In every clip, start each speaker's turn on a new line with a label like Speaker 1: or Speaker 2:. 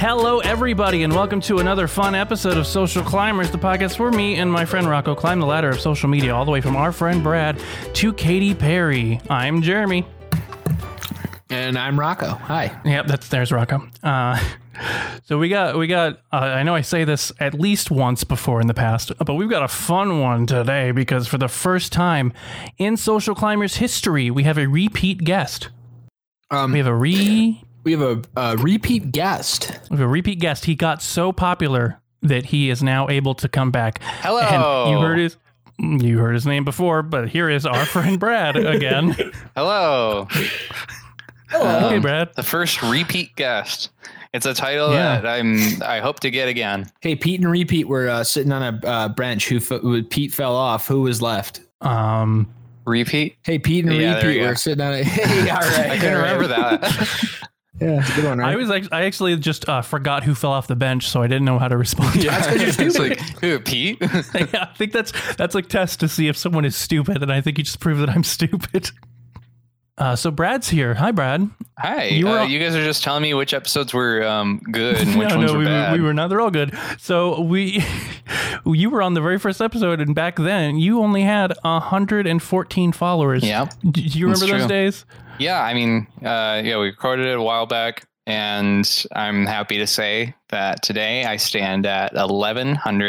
Speaker 1: Hello, everybody, and welcome to another fun episode of Social Climbers, the podcast where me and my friend Rocco climb the ladder of social media, all the way from our friend Brad to Katy Perry. I'm Jeremy.
Speaker 2: And I'm Rocco. Hi.
Speaker 1: Yep, that's there's Rocco. Uh, so we got we got. Uh, I know I say this at least once before in the past, but we've got a fun one today because for the first time in Social Climbers history, we have a repeat guest.
Speaker 2: Um,
Speaker 1: We have a re
Speaker 2: We have a, a repeat guest.
Speaker 1: we have a repeat guest. He got so popular that he is now able to come back.
Speaker 3: Hello.
Speaker 1: And you heard
Speaker 3: Oh.
Speaker 1: his you heard his name before, but here is our friend Brad again.
Speaker 3: Hello.
Speaker 1: hey
Speaker 3: Um,
Speaker 1: Brad.
Speaker 3: the first repeat guest. It's a title
Speaker 1: Yeah.
Speaker 3: that I'm I hope to get again.
Speaker 2: Hey, Pete and Repeat were uh, sitting on a uh, bench. Who f- who- Pete fell off? Who was left?
Speaker 1: Um
Speaker 3: Repeat.
Speaker 2: Hey, Pete and
Speaker 3: Yeah, there
Speaker 2: Repeat
Speaker 3: you
Speaker 2: were
Speaker 3: go.
Speaker 2: sitting on a. Hey, all right.
Speaker 3: I can
Speaker 2: all right.
Speaker 3: remember that.
Speaker 2: Yeah, it's a good one, right?
Speaker 1: I was act- I actually just uh, forgot who fell off the bench, so I didn't know how to respond.
Speaker 2: That's 'cause you're
Speaker 3: it's
Speaker 2: stupid.
Speaker 3: like who Pete?
Speaker 1: I think that's that's like test to see if someone is stupid, and I think you just proved that I'm stupid. Uh, so Brad's here. Hi, Brad.
Speaker 3: Hi.
Speaker 1: You
Speaker 3: You,
Speaker 1: were-
Speaker 3: uh, you guys are just telling me which episodes were um, good and which
Speaker 1: no,
Speaker 3: ones
Speaker 1: no,
Speaker 3: were
Speaker 1: we,
Speaker 3: bad.
Speaker 1: Were, we were not. They're all good. So we, you were on the very first episode, and back then you only had 114 followers.
Speaker 3: Yeah.
Speaker 1: Do you
Speaker 3: That's
Speaker 1: remember those
Speaker 3: true.
Speaker 1: days?
Speaker 3: Yeah, I mean, uh, yeah, we recorded it a while back, and I'm happy to say that today I stand at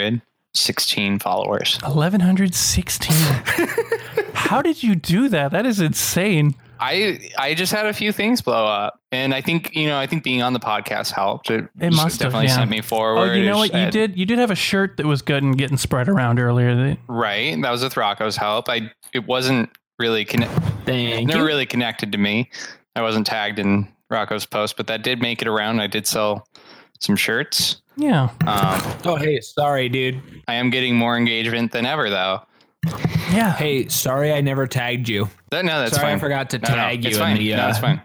Speaker 3: 1,116 followers.
Speaker 1: 1116. How did you do that? That is insane.
Speaker 3: I I just had a few things blow up, and I think you know I think being on the podcast helped. It,
Speaker 1: It must have,
Speaker 3: definitely
Speaker 1: yeah.
Speaker 3: sent me forward.
Speaker 1: oh, you know
Speaker 3: It
Speaker 1: what? You
Speaker 3: said-
Speaker 1: did. You did have a shirt that was good and getting spread around earlier. That-
Speaker 3: right. That was with Rocco's help. I it wasn't really connect,
Speaker 2: Thank
Speaker 3: never
Speaker 2: you.
Speaker 3: really connected to me. I wasn't tagged in Rocco's post, but that did make it around. I did sell some shirts.
Speaker 1: Yeah.
Speaker 3: Um,
Speaker 2: oh, hey, sorry, dude.
Speaker 3: I am getting more engagement than ever, though.
Speaker 1: Yeah.
Speaker 2: Hey, sorry, I never tagged you.
Speaker 3: That, no, that's
Speaker 2: sorry, I
Speaker 3: fine.
Speaker 2: forgot to
Speaker 3: No, no,
Speaker 2: tag you.
Speaker 3: it's
Speaker 2: in
Speaker 3: fine.
Speaker 2: the,
Speaker 3: No,
Speaker 2: uh,
Speaker 3: it's fine.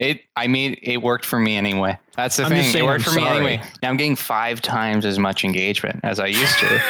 Speaker 3: It, I mean, it worked for me anyway. That's the
Speaker 2: I'm just
Speaker 3: thing. It
Speaker 2: saying
Speaker 3: worked
Speaker 2: I'm
Speaker 3: for me
Speaker 2: sorry.
Speaker 3: anyway. Now I'm getting five times as much engagement as I used to,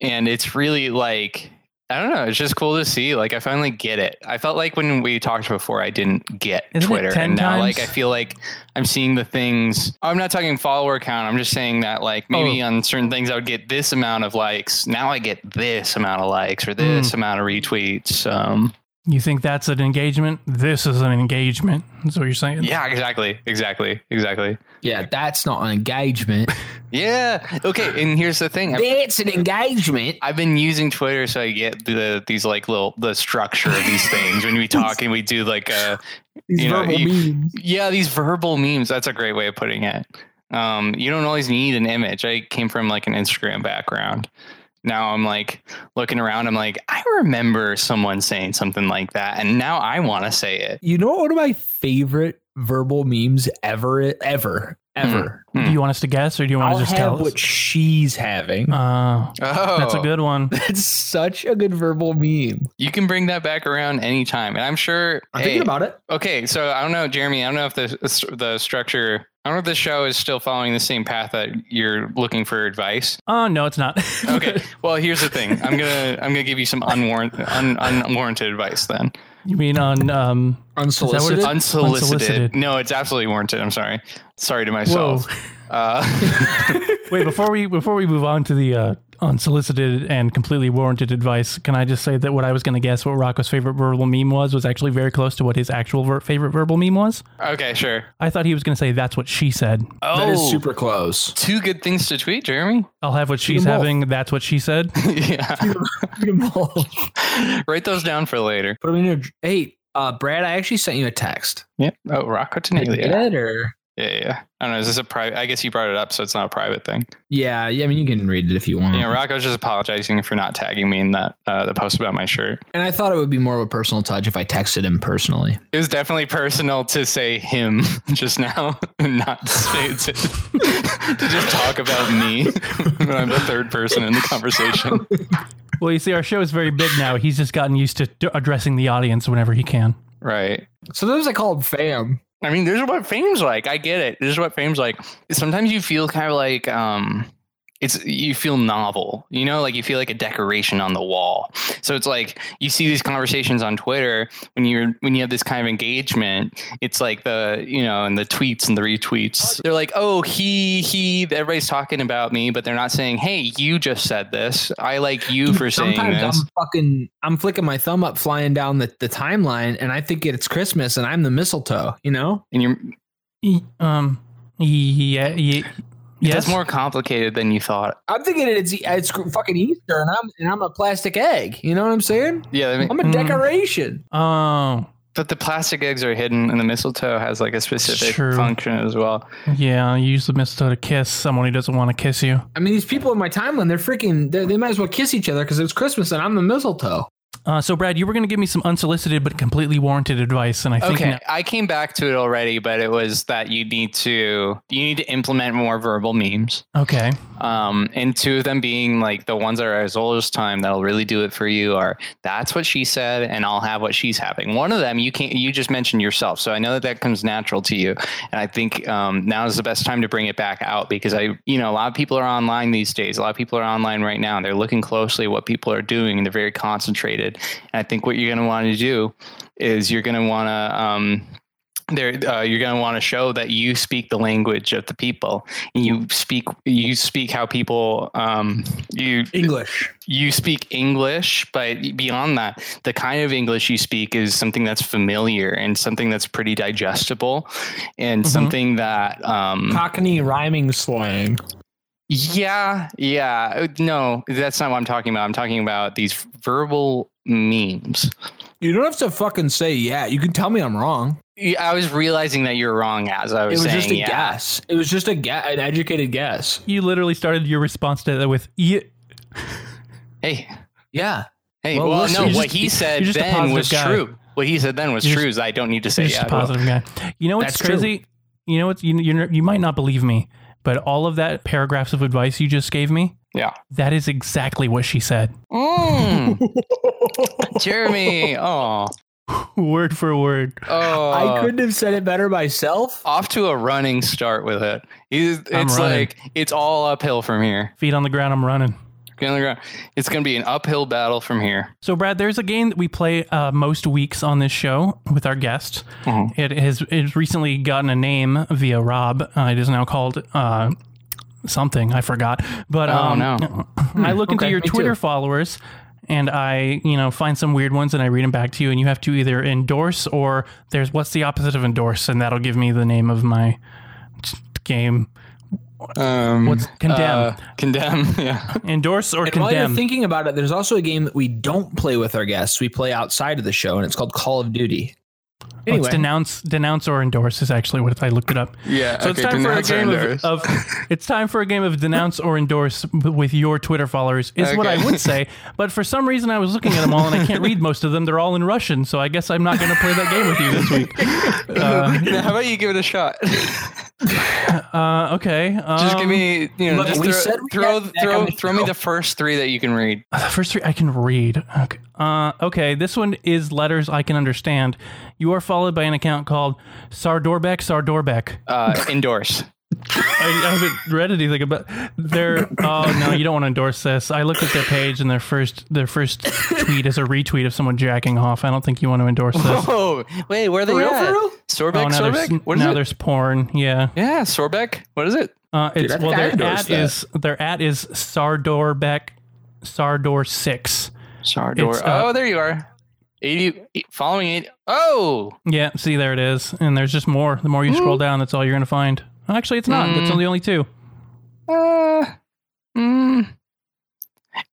Speaker 3: and it's really like I don't know. It's just cool to see. Like I finally get it. I felt like when we talked before, I didn't get
Speaker 1: Isn't it
Speaker 3: Twitter,
Speaker 1: 10
Speaker 3: and now
Speaker 1: times?
Speaker 3: like I feel like I'm seeing the things. Oh, I'm not talking follower count. I'm just saying that like maybe
Speaker 2: Oh.
Speaker 3: on certain things I would get this amount of likes. Now I get this amount of likes or
Speaker 2: Hmm.
Speaker 3: this amount of retweets. Um,
Speaker 1: You think that's an engagement? This is an engagement. That's what you're saying.
Speaker 3: Yeah, exactly, exactly, exactly.
Speaker 2: Yeah, that's not an engagement.
Speaker 3: Yeah. Okay. And here's the thing. I've,
Speaker 2: it's an engagement.
Speaker 3: I've been using Twitter, so I get the these like little the structure of these things when we talk and we do like uh
Speaker 2: These
Speaker 3: You know,
Speaker 2: verbal
Speaker 3: you-
Speaker 2: memes.
Speaker 3: yeah these verbal memes. That's a great way of putting it. Um, you don't always need an image. I came from like an Instagram background. Now I'm like looking around. I'm like, I remember someone saying something like that, and now I want to say it.
Speaker 2: You know, one of my favorite verbal memes ever, ever,
Speaker 3: Hmm.
Speaker 2: ever.
Speaker 1: Do you want us to guess, or do you want
Speaker 2: I'll
Speaker 1: to just
Speaker 2: have
Speaker 1: tell us?
Speaker 2: what she's having.
Speaker 1: Uh,
Speaker 3: Oh,
Speaker 1: that's a good one.
Speaker 2: It's such a good verbal meme.
Speaker 3: You can bring that back around anytime, and I'm sure.
Speaker 2: I'm
Speaker 3: hey,
Speaker 2: thinking about it.
Speaker 3: Okay, so I don't know, Jeremy. I don't know if the the structure. I don't know if the show is still following the same path that you're looking for advice.
Speaker 1: Oh no, it's not.
Speaker 3: Okay, well here's the thing. I'm gonna I'm gonna give you some unwarranted un, unwarranted advice then.
Speaker 1: you mean on um?
Speaker 2: Unsolicited.
Speaker 1: Is
Speaker 3: Unsolicited.
Speaker 1: Unsolicited.
Speaker 3: No, it's absolutely warranted. I'm sorry. Sorry to myself. Uh,
Speaker 1: Wait, before we before we move on to the uh, unsolicited and completely warranted advice, can I just say that what I was going to guess what Rocco's favorite verbal meme was was actually very close to what his actual ver- favorite verbal meme was.
Speaker 3: okay, sure.
Speaker 1: I thought he was going to say that's what she said.
Speaker 3: Oh,
Speaker 2: that is super close.
Speaker 3: two good things to tweet, Jeremy.
Speaker 1: I'll have what she's
Speaker 2: them both.
Speaker 1: having. That's what she said.
Speaker 3: yeah,
Speaker 2: Put them
Speaker 3: write those down for later.
Speaker 2: in your. Hey, uh, Brad, I actually sent you a text.
Speaker 3: Yeah. Oh, Rocco
Speaker 2: Did you
Speaker 3: Tenaglia.
Speaker 2: get
Speaker 3: Yeah,
Speaker 2: it or?
Speaker 3: yeah, yeah. I don't know. Is this a private? I guess you brought it up, so it's not a private thing.
Speaker 2: Yeah, yeah. I mean, you can read it if you want.
Speaker 3: Yeah, Rocco's just apologizing for not tagging me in that uh, the post about my shirt.
Speaker 2: and I thought it would be more of a personal touch if I texted him personally.
Speaker 3: It was definitely personal to say him just now, and not say to, to just talk about me when I'm the third person in the conversation.
Speaker 1: Well, you see, our show is very big now. He's just gotten used to d- addressing the audience whenever he can.
Speaker 3: Right.
Speaker 2: So those I called fam.
Speaker 3: I mean, this is what fame's like. I get it. This is what fame's like. Sometimes you feel kind of like um, it's you feel novel you know like you feel like a decoration on the wall so it's like you see these conversations on twitter when you're when you have this kind of engagement it's like the you know and the tweets and the retweets they're like oh he he everybody's talking about me but they're not saying hey you just said this i like you for saying
Speaker 2: Sometimes
Speaker 3: this
Speaker 2: I'm fucking, I'm flicking my thumb up, flying down the, the timeline, and I think it's Christmas, and I'm the mistletoe. You know,
Speaker 3: and you're
Speaker 1: E- um, yeah, yeah, yes.
Speaker 3: that's more complicated than you thought
Speaker 2: I'm thinking it's it's fucking Easter, and I'm and I'm a plastic egg. You know what I'm saying?
Speaker 3: yeah I mean,
Speaker 2: I'm a
Speaker 1: Mm.
Speaker 2: decoration.
Speaker 1: Oh,
Speaker 3: but the plastic eggs are hidden and the mistletoe has like a specific
Speaker 1: True.
Speaker 3: function as well
Speaker 1: yeah. You use the mistletoe to kiss someone who doesn't want to kiss you.
Speaker 2: I mean, these people in my timeline, they're freaking. They, they might as well kiss each other because it's Christmas, and I'm the mistletoe.
Speaker 1: Uh, so, Brad, you were going to give me some unsolicited but completely warranted advice, and I think
Speaker 3: okay
Speaker 1: now-
Speaker 3: i came back to it already but it was that you need to you need to implement more verbal memes
Speaker 1: okay,
Speaker 3: um, and two of them being like the ones that are as old as time that'll really do it for you are that's what she said and i'll have what she's having one of them you can't you just mentioned yourself so i know that that comes natural to you and i think um, now is the best time to bring it back out because i you know a lot of people are online these days a lot of people are online right now and they're looking closely at what people are doing and they're very concentrated and i think what you're going to want to do is you're going to want to um, there uh, you're going to want to show that you speak the language of the people and you speak you speak how people um, you
Speaker 2: English.
Speaker 3: you speak english but beyond that the kind of english you speak is something that's familiar and something that's pretty digestible and
Speaker 1: Mhm.
Speaker 3: something that um,
Speaker 2: Cockney rhyming slang.
Speaker 3: yeah, yeah. Uh, No, that's not what I'm talking about. I'm talking about these verbal memes.
Speaker 2: You don't have to fucking say yeah. You can tell me I'm wrong.
Speaker 3: Yeah, I was realizing that you're wrong as I
Speaker 2: It
Speaker 3: was,
Speaker 2: was
Speaker 3: Oh, saying.
Speaker 2: just a
Speaker 3: yeah.
Speaker 2: guess. It was just a guess, an educated guess.
Speaker 1: you literally started your response to that with "Yeah."
Speaker 3: Hey,
Speaker 2: Yeah.
Speaker 3: hey.
Speaker 2: Well,
Speaker 3: Well,
Speaker 2: listen,
Speaker 3: no,
Speaker 1: you're
Speaker 3: what
Speaker 1: just-
Speaker 3: he said
Speaker 1: you're just a
Speaker 3: then
Speaker 1: positive
Speaker 3: was
Speaker 1: guy.
Speaker 3: true. What he said then was
Speaker 1: You're
Speaker 3: true. Is I don't need to say
Speaker 1: You're just
Speaker 3: yeah.
Speaker 1: a positive guy. You know what's
Speaker 2: That's true.
Speaker 1: crazy? You know what? You you you might not believe me, but all of that paragraphs of advice you just gave me,
Speaker 3: Yeah.
Speaker 1: that is exactly what she said,
Speaker 3: Mm, Jeremy. Oh,
Speaker 1: word for word.
Speaker 3: oh.
Speaker 2: I couldn't have said it better myself.
Speaker 3: Off to a running start with it. He's-
Speaker 1: I'm
Speaker 3: It's
Speaker 1: running.
Speaker 3: like it's all uphill from here.
Speaker 1: Feet on the ground, I'm running.
Speaker 3: It's gonna be an uphill battle from here.
Speaker 1: So, Brad, there's a game that we play uh, most weeks on this show with our guests.
Speaker 2: Mm-hmm.
Speaker 3: Mhm.
Speaker 1: It has it's recently gotten a name via Rob. Uh, it is now called uh, something I forgot. But
Speaker 3: Oh,
Speaker 1: um,
Speaker 3: no.
Speaker 1: I look into
Speaker 2: okay,
Speaker 1: your
Speaker 2: me too.
Speaker 1: Twitter followers, and I you know find some weird ones, and I read them back to you, and you have to either endorse or there's what's the opposite of endorse, and that'll give me the name of my t- game.
Speaker 3: Um,
Speaker 1: What's condemn?
Speaker 3: uh, condemn. Yeah.
Speaker 1: endorse or
Speaker 2: And while you're
Speaker 1: condemn?
Speaker 2: thinking about it, there's also a game that we don't play with our guests. We play outside of the show, and it's called Call of Duty.
Speaker 1: Oh,
Speaker 2: Anyway,
Speaker 1: it's denounce, denounce or endorse is actually what I looked it up.
Speaker 3: Yeah.
Speaker 1: So it's time for a game of, of it's time for a game of denounce or endorse b- with your Twitter followers is what I
Speaker 3: Okay.
Speaker 1: would say. But for some reason, I was looking at them all and I can't read most of them. They're all in Russian, so I guess I'm not going to play that game with you this week. Uh,
Speaker 3: How about you give it a shot?
Speaker 1: Uh, okay, um,
Speaker 3: just give me, you know,
Speaker 2: look,
Speaker 3: just
Speaker 2: we
Speaker 3: throw,
Speaker 2: said we
Speaker 3: throw,
Speaker 2: got back on
Speaker 3: throw,
Speaker 2: the
Speaker 3: throw me the first three that you can read.
Speaker 1: um, the first three I can read. Okay, uh, okay, this one is letters I can understand. You are followed by an account called Sardorbek Sardorbek.
Speaker 3: Uh, endorse.
Speaker 1: I, I haven't read anything about their. Oh no, you don't want to endorse this. I looked at their page and their first their first tweet is a retweet of someone jacking off. I don't think you want to endorse this.
Speaker 3: Oh, wait, where are they
Speaker 2: For real,
Speaker 3: at?
Speaker 2: for real?
Speaker 3: Sorbeck,
Speaker 1: Oh, now there's,
Speaker 3: Sorbeck? What is
Speaker 1: now
Speaker 3: it?
Speaker 1: there's porn. Yeah,
Speaker 3: Yeah, Sorbeck. What is it?
Speaker 1: uh, it's
Speaker 2: I think
Speaker 1: well
Speaker 2: I
Speaker 1: their
Speaker 2: endorsed
Speaker 1: at
Speaker 2: that.
Speaker 1: is their at is Sardorbek Sardor six.
Speaker 3: Sardor.
Speaker 1: It's, uh,
Speaker 3: oh, there you are. 80, following it. Oh,
Speaker 1: Yeah, see there it is, and there's just more. The more you
Speaker 3: Hmm.
Speaker 1: scroll down, that's all you're gonna find. Actually, it's not. That's
Speaker 3: Mm.
Speaker 1: only only two. Oh,
Speaker 3: Uh, mm.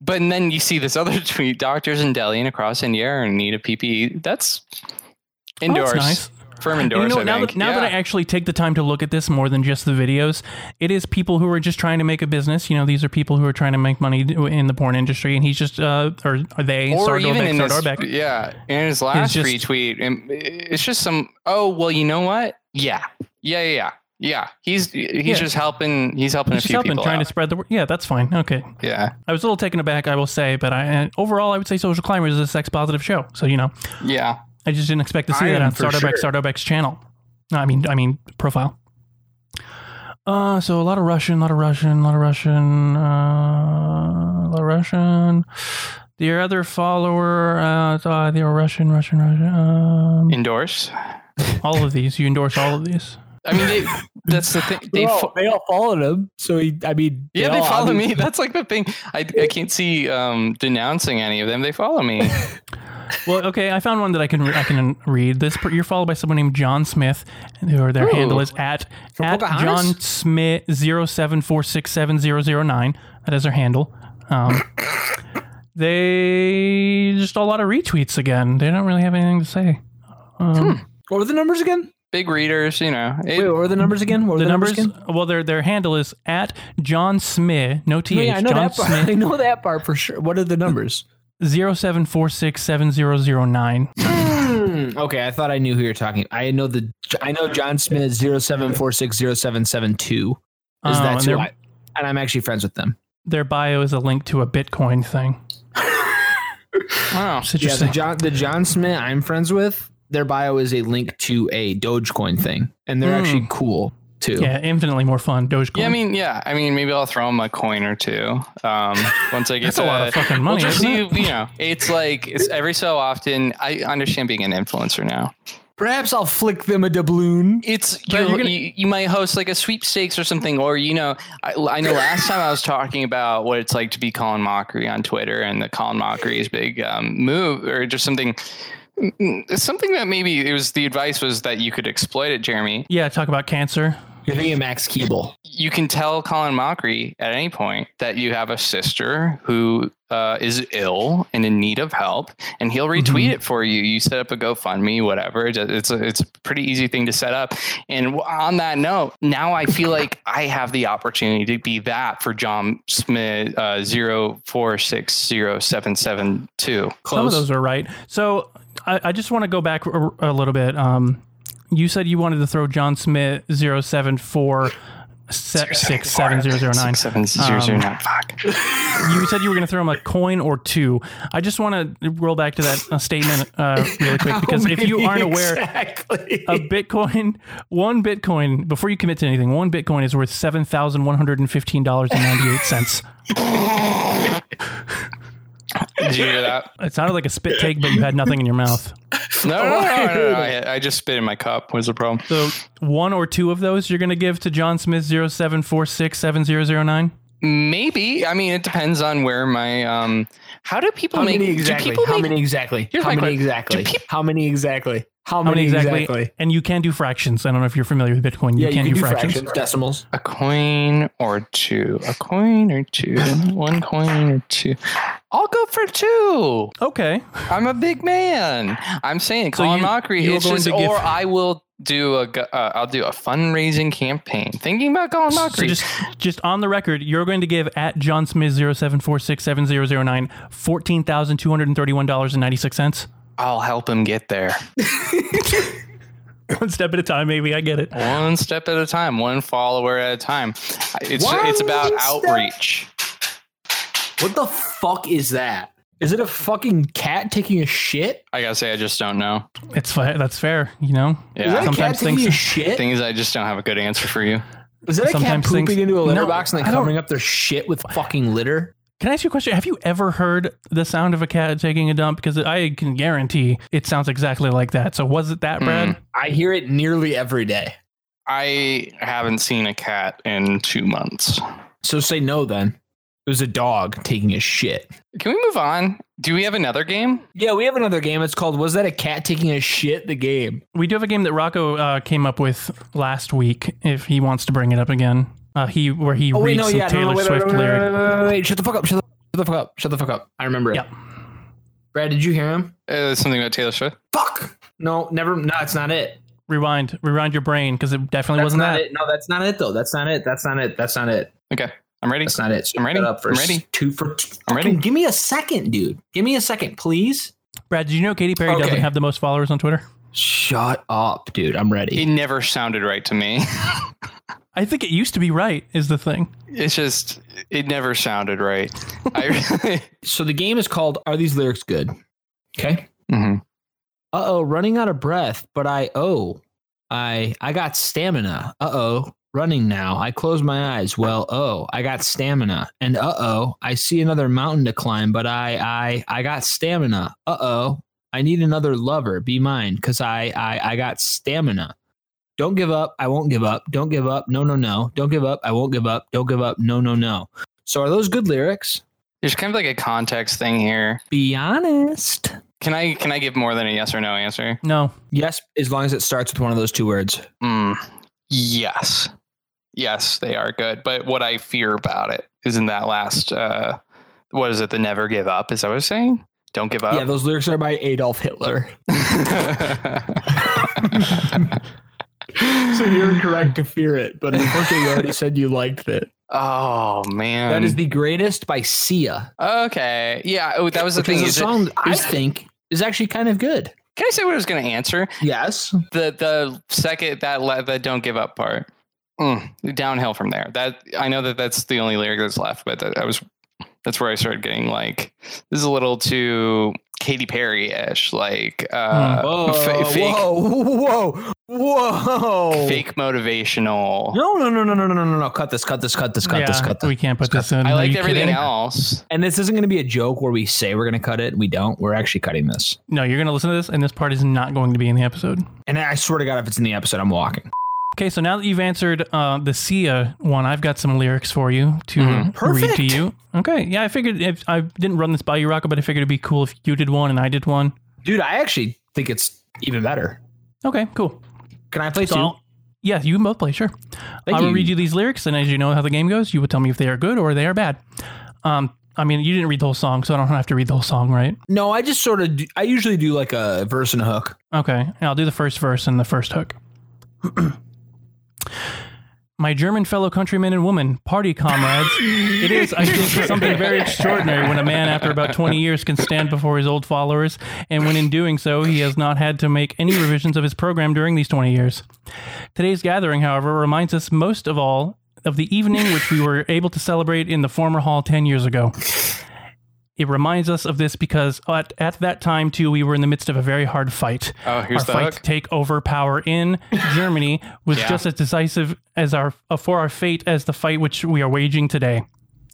Speaker 3: But and then you see this other tweet: doctors in Delhi and across India are in need of PPE. E. That's
Speaker 1: Oh,
Speaker 3: endorse.
Speaker 1: that's nice.
Speaker 3: Firm
Speaker 1: And
Speaker 3: endorse.
Speaker 1: you know,
Speaker 3: I
Speaker 1: now,
Speaker 3: think.
Speaker 1: that, now that I
Speaker 3: Yeah.
Speaker 1: actually take the time to look at this more than just the videos, it is people who are just trying to make a business. You know, these are people who are trying to make money do- in the porn industry, and he's just uh, or are they?
Speaker 3: or
Speaker 1: Sardorbek,
Speaker 3: even in this,
Speaker 1: Sardorbek.
Speaker 3: yeah, in his last
Speaker 1: just-
Speaker 3: retweet, and it's just some. Oh well, you know what? Yeah, yeah, yeah, yeah. yeah. He's he's
Speaker 1: Yeah.
Speaker 3: just helping. He's helping
Speaker 1: He's
Speaker 3: a
Speaker 1: just
Speaker 3: few
Speaker 1: helping,
Speaker 3: people
Speaker 1: trying to
Speaker 3: out.
Speaker 1: spread the word. Yeah, that's fine. Okay,
Speaker 3: yeah,
Speaker 1: I was a little taken aback, I will say, but I and overall I would say Social Climbers is a sex positive show. So you know,
Speaker 3: yeah.
Speaker 1: I just didn't expect to see
Speaker 2: I
Speaker 1: that
Speaker 2: am
Speaker 1: on
Speaker 2: for
Speaker 1: Sardorbek
Speaker 2: sure.
Speaker 1: Sardorbek's channel. No, I mean, I mean profile. Uh, so a lot of Russian, a lot of Russian, a lot of Russian, uh, a lot of Russian. The other follower, uh, uh, they were Russian, Russian, Russian. Um,
Speaker 3: Endorse.
Speaker 1: all of these. You endorse all of these.
Speaker 3: I mean, they, that's the thing. They
Speaker 2: They, all,
Speaker 3: fo-
Speaker 2: they all followed him. So he, I mean,
Speaker 3: yeah, they
Speaker 2: all
Speaker 3: follow me.
Speaker 2: obviously-
Speaker 3: That's like the thing. I, I can't see um, denouncing any of them. They follow me.
Speaker 1: Well, okay, I found one that I can I can read. This per- you're followed by someone named John Smith, or their
Speaker 3: Ooh.
Speaker 1: handle is at
Speaker 2: From
Speaker 1: at
Speaker 2: Pocahontas?
Speaker 1: John Smith zero seven four six seven zero zero nine. That is their handle. Um, they just a lot of retweets again. They don't really have anything to say.
Speaker 2: Hmm.
Speaker 1: Um,
Speaker 2: What were the numbers again?
Speaker 3: Big readers, you know. It-
Speaker 2: Wait, what were the numbers again? What were
Speaker 1: The
Speaker 2: the,
Speaker 1: numbers,
Speaker 2: again?
Speaker 1: well, their their handle is at John Smith, no th,
Speaker 2: No, yeah, I know
Speaker 1: John
Speaker 2: that part. I
Speaker 1: Smith
Speaker 2: know that part for sure. What are the numbers?
Speaker 1: zero seven four six seven zero zero nine.
Speaker 2: Hmm, okay, I thought I knew who you're talking. I know the I know John Smith zero seven four six zero seven seven two. Is
Speaker 1: Um,
Speaker 2: that
Speaker 1: and
Speaker 2: who
Speaker 1: their-
Speaker 2: I, Oh, and I'm actually friends with them.
Speaker 1: Their bio is a link to a Bitcoin thing.
Speaker 3: wow.
Speaker 1: It's
Speaker 2: Yeah, the
Speaker 1: interesting.
Speaker 2: John the John Smith I'm friends with, their bio is a link to a Dogecoin thing, and they're
Speaker 1: Mm.
Speaker 2: actually cool too.
Speaker 1: Yeah, infinitely more fun. Dogecoin.
Speaker 3: Yeah, I mean, yeah. I mean, maybe I'll throw them a coin or two. Um, once I get
Speaker 1: that's
Speaker 3: to,
Speaker 1: a lot of fucking money.
Speaker 3: uh, Well, just
Speaker 1: isn't
Speaker 3: you,
Speaker 1: it?
Speaker 3: you know, it's like it's every so often. I understand being an influencer now.
Speaker 2: Perhaps I'll flick them a doubloon.
Speaker 3: It's
Speaker 1: Mm-hmm. But
Speaker 3: you,
Speaker 1: you're gonna-
Speaker 3: you, you might host like a sweepstakes or something, or you know, I, I know last time I was talking about what it's like to be Colin Mockery on Twitter and the Colin Mockery's big um, move or just something. mm, Something that maybe it was the advice was that you could exploit it, Jeremy.
Speaker 1: Yeah, talk about cancer.
Speaker 2: You're thinking Max Keeble.
Speaker 3: you can tell Colin Mockery at any point that you have a sister who uh, is ill and in need of help, and he'll retweet
Speaker 1: Mhm.
Speaker 3: it for you. You set up a GoFundMe, whatever. It's a, it's a- it's a pretty easy thing to set up. And w- on that note, now I feel like I have the opportunity to be that for John Smith uh, zero four six zero seven seven two.
Speaker 1: Some of
Speaker 2: Close.
Speaker 1: those are right. So I, I just want to go back a, a little bit. Um, you said you wanted to throw John Smith 074 67009.
Speaker 3: seven zero zero nine. Fuck.
Speaker 1: You said you were going to throw him a coin or two. I just want to roll back to that uh, statement uh, really quick because if you aren't aware,
Speaker 2: exactly.
Speaker 1: a Bitcoin, one Bitcoin, before you commit to anything, one Bitcoin is worth seven thousand one hundred and fifteen dollars and ninety eight cents.
Speaker 3: Did you hear that?
Speaker 1: It sounded like a spit take, but you had nothing in your mouth.
Speaker 3: No, no, no, no, no, no. I, I just spit in my cup. Was the problem?
Speaker 1: So one or two of those you're gonna give to John Smith zero seven four six seven zero zero nine.
Speaker 3: Maybe. I mean, it depends on where my um. How do people
Speaker 2: How
Speaker 3: make?
Speaker 2: many
Speaker 3: Do
Speaker 2: exactly?
Speaker 3: people
Speaker 2: How
Speaker 3: make?
Speaker 2: many exactly?
Speaker 3: Here's
Speaker 2: How
Speaker 3: my
Speaker 2: many
Speaker 3: question.
Speaker 2: exactly?
Speaker 3: Do peop-
Speaker 2: How many exactly? How
Speaker 1: How
Speaker 2: many
Speaker 1: many exactly?
Speaker 2: exactly?
Speaker 1: And you can do fractions. I don't know if you're familiar with Bitcoin. You
Speaker 2: Yeah,
Speaker 1: can
Speaker 2: you
Speaker 1: do
Speaker 2: can do
Speaker 1: fractions.
Speaker 2: fractions, decimals.
Speaker 3: A coin or two. A coin or two. One coin or two. I'll go for two.
Speaker 1: Okay.
Speaker 3: I'm a big man. I'm saying
Speaker 1: So
Speaker 3: Colin
Speaker 1: you-
Speaker 3: Mockery.
Speaker 1: you're
Speaker 3: It's
Speaker 1: going
Speaker 3: just,
Speaker 1: to give-
Speaker 3: or I will do a. gu- Uh, I'll do a fundraising campaign. Thinking about Colin
Speaker 1: So
Speaker 3: Mockery.
Speaker 1: just just on the record, you're going to give at John Smith zero seven four six seven zero zero nine fourteen thousand two hundred and thirty one dollars and ninety six cents.
Speaker 3: I'll help him get there.
Speaker 1: One step at a time, maybe. I get it.
Speaker 3: one step at a time. One follower at a time. It's
Speaker 2: One
Speaker 3: it's about
Speaker 2: step-
Speaker 3: outreach.
Speaker 2: What the fuck is that? Is it a fucking cat taking a shit?
Speaker 3: I gotta say, I just don't know.
Speaker 1: It's fi- that's fair, you know.
Speaker 3: Yeah.
Speaker 2: Is that a cat
Speaker 1: Sometimes
Speaker 2: taking
Speaker 1: things-
Speaker 2: a shit?
Speaker 3: Thing is, I just don't have a good answer for you.
Speaker 2: Is that a cat
Speaker 1: Sometimes
Speaker 2: pooping
Speaker 1: things-
Speaker 2: into a litter
Speaker 1: No,
Speaker 2: box and
Speaker 1: I
Speaker 2: then
Speaker 1: don't-
Speaker 2: covering up their shit with fucking litter?
Speaker 1: Can I ask you a question? Have you ever heard the sound of a cat taking a dump? Because I can guarantee it sounds exactly like that. So was it that,
Speaker 3: Hmm.
Speaker 1: Brad?
Speaker 2: I hear it nearly every day.
Speaker 3: I haven't seen a cat in two months.
Speaker 2: So say no then. It was a dog taking a shit.
Speaker 3: Can we move on? Do we have another game?
Speaker 2: Yeah, we have another game. It's called Was That a Cat Taking a Shit? The game.
Speaker 1: We do have a game that Rocco uh, came up with last week. If he wants to bring it up again, uh, he where he
Speaker 2: Oh wait,
Speaker 1: reads
Speaker 2: no,
Speaker 1: some
Speaker 2: yeah,
Speaker 1: Taylor
Speaker 2: no, no, wait,
Speaker 1: Swift
Speaker 2: wait, wait, wait,
Speaker 1: lyric.
Speaker 2: wait, wait, wait, wait, shut the fuck up, shut the, shut the fuck up, shut the fuck up. I remember it.
Speaker 1: Yep.
Speaker 2: Brad, did you hear him?
Speaker 3: Uh, something about Taylor Swift?
Speaker 2: Fuck. No, never. No, that's not it.
Speaker 1: Rewind, rewind your brain because it definitely
Speaker 2: That's
Speaker 1: wasn't
Speaker 2: not
Speaker 1: that.
Speaker 2: it. No, that's not it though. That's not it. That's not it. That's not it.
Speaker 3: I'm ready.
Speaker 2: That's not it. So
Speaker 3: I'm ready.
Speaker 2: shut Up for
Speaker 3: I'm
Speaker 2: s-
Speaker 3: ready.
Speaker 2: Two for. Two.
Speaker 3: I'm ready.
Speaker 2: Give me a second, dude. Give me a second, please.
Speaker 1: Brad, did you know Katy Perry
Speaker 2: Okay.
Speaker 1: doesn't have the most followers on Twitter?
Speaker 2: Shut up, dude. I'm
Speaker 3: It
Speaker 2: ready.
Speaker 3: never sounded right to me.
Speaker 1: I think it used to be right. Is the thing?
Speaker 3: It's just, it never sounded right. I really.
Speaker 2: So the game is called Are These Lyrics Good? Okay.
Speaker 3: Mhm.
Speaker 2: Uh oh, running out of breath, but I oh, I I got stamina. Uh oh, Running now, I close my eyes. Well, oh, I got stamina. And uh oh, I see another mountain to climb, but I I I got stamina. Uh oh, I need another lover. Be mine, cause I I I got stamina. Don't give up. I won't give up. Don't give up. No no no. Don't give up. I won't give up. Don't give up. No no no. So are those good lyrics?
Speaker 3: There's kind of like a context thing here.
Speaker 2: Be honest.
Speaker 3: Can I can I give more than a yes or no answer?
Speaker 1: No.
Speaker 2: Yes, as long as it starts with one of those two words.
Speaker 3: Mm, yes, yes, they are good. But what I fear about it is in that last. Uh, what is it? The never give up. Is that what I'm saying? Don't give up.
Speaker 2: Yeah, those lyrics are by Adolf Hitler. so you're correct to fear it, but unfortunately, you already said you liked it.
Speaker 3: oh man,
Speaker 2: That is the greatest by Sia.
Speaker 3: okay. Yeah, oh, that was the
Speaker 2: Which is
Speaker 3: thing.
Speaker 2: a
Speaker 3: Is it-
Speaker 2: song I
Speaker 3: is it-
Speaker 2: think is actually kind of good. Uh,
Speaker 3: can I say what I was going to answer?
Speaker 2: Yes.
Speaker 3: the the second that le- the don't give up part mm, downhill from there that i know that that's the only lyric that's left but that, i was that's where i started getting like this is a little too Katy Perry-ish, like uh,
Speaker 2: Mm. Whoa,
Speaker 3: fa- fake,
Speaker 2: whoa, whoa, whoa.
Speaker 3: fake motivational.
Speaker 2: No, no, no, no, no, no, no, no, no. Cut this, cut this, cut this, cut
Speaker 1: yeah,
Speaker 2: this, cut this.
Speaker 1: we can't put this in.
Speaker 3: I
Speaker 1: Are
Speaker 3: liked
Speaker 1: you
Speaker 3: everything
Speaker 1: kidding?
Speaker 3: else.
Speaker 2: And this isn't going to be a joke where we say we're going to cut it. We don't. We're actually cutting this.
Speaker 1: No, you're going to listen to this, and this part is not going to be in the episode.
Speaker 2: And I swear to God, if it's in the episode, I'm walking.
Speaker 1: Okay, so now that you've answered uh, the Sia one, I've got some lyrics for you to
Speaker 3: Mhm.
Speaker 1: read
Speaker 2: Perfect.
Speaker 1: to you. Okay, yeah, I figured if I didn't run this by you, Rocco, but I figured it'd be cool if you did one and I did one.
Speaker 2: Dude, I actually think it's even better.
Speaker 1: Okay, cool.
Speaker 2: Can I play
Speaker 1: So,
Speaker 2: two?
Speaker 1: I'll- yeah, you can both play, sure.
Speaker 2: Thank
Speaker 1: I will
Speaker 2: you.
Speaker 1: read you these lyrics, and as you know how the game goes, you would tell me if they are good or they are bad. Um, I mean, you didn't read the whole song, so I don't have to read the whole song, right?
Speaker 2: No, I just sort of. Do, I usually do like a verse and a hook.
Speaker 1: Okay, and I'll do the first verse and the first hook. My German fellow countrymen and women, party comrades. it is, I think, something very extraordinary when a man, after about 20 years, can stand before his old followers, and when in doing so, he has not had to make any revisions of his program during these 20 years. Today's gathering, however, reminds us most of all of the evening which we were able to celebrate in the former hall 10 years ago. It reminds us of this because at, at that time, too, we were in the midst of a very hard fight
Speaker 3: Oh, here's
Speaker 1: our
Speaker 3: the
Speaker 1: fight
Speaker 3: hook.
Speaker 1: to take over power in Germany was
Speaker 3: Yeah.
Speaker 1: just as decisive as our uh, for our fate as the fight which we are waging today.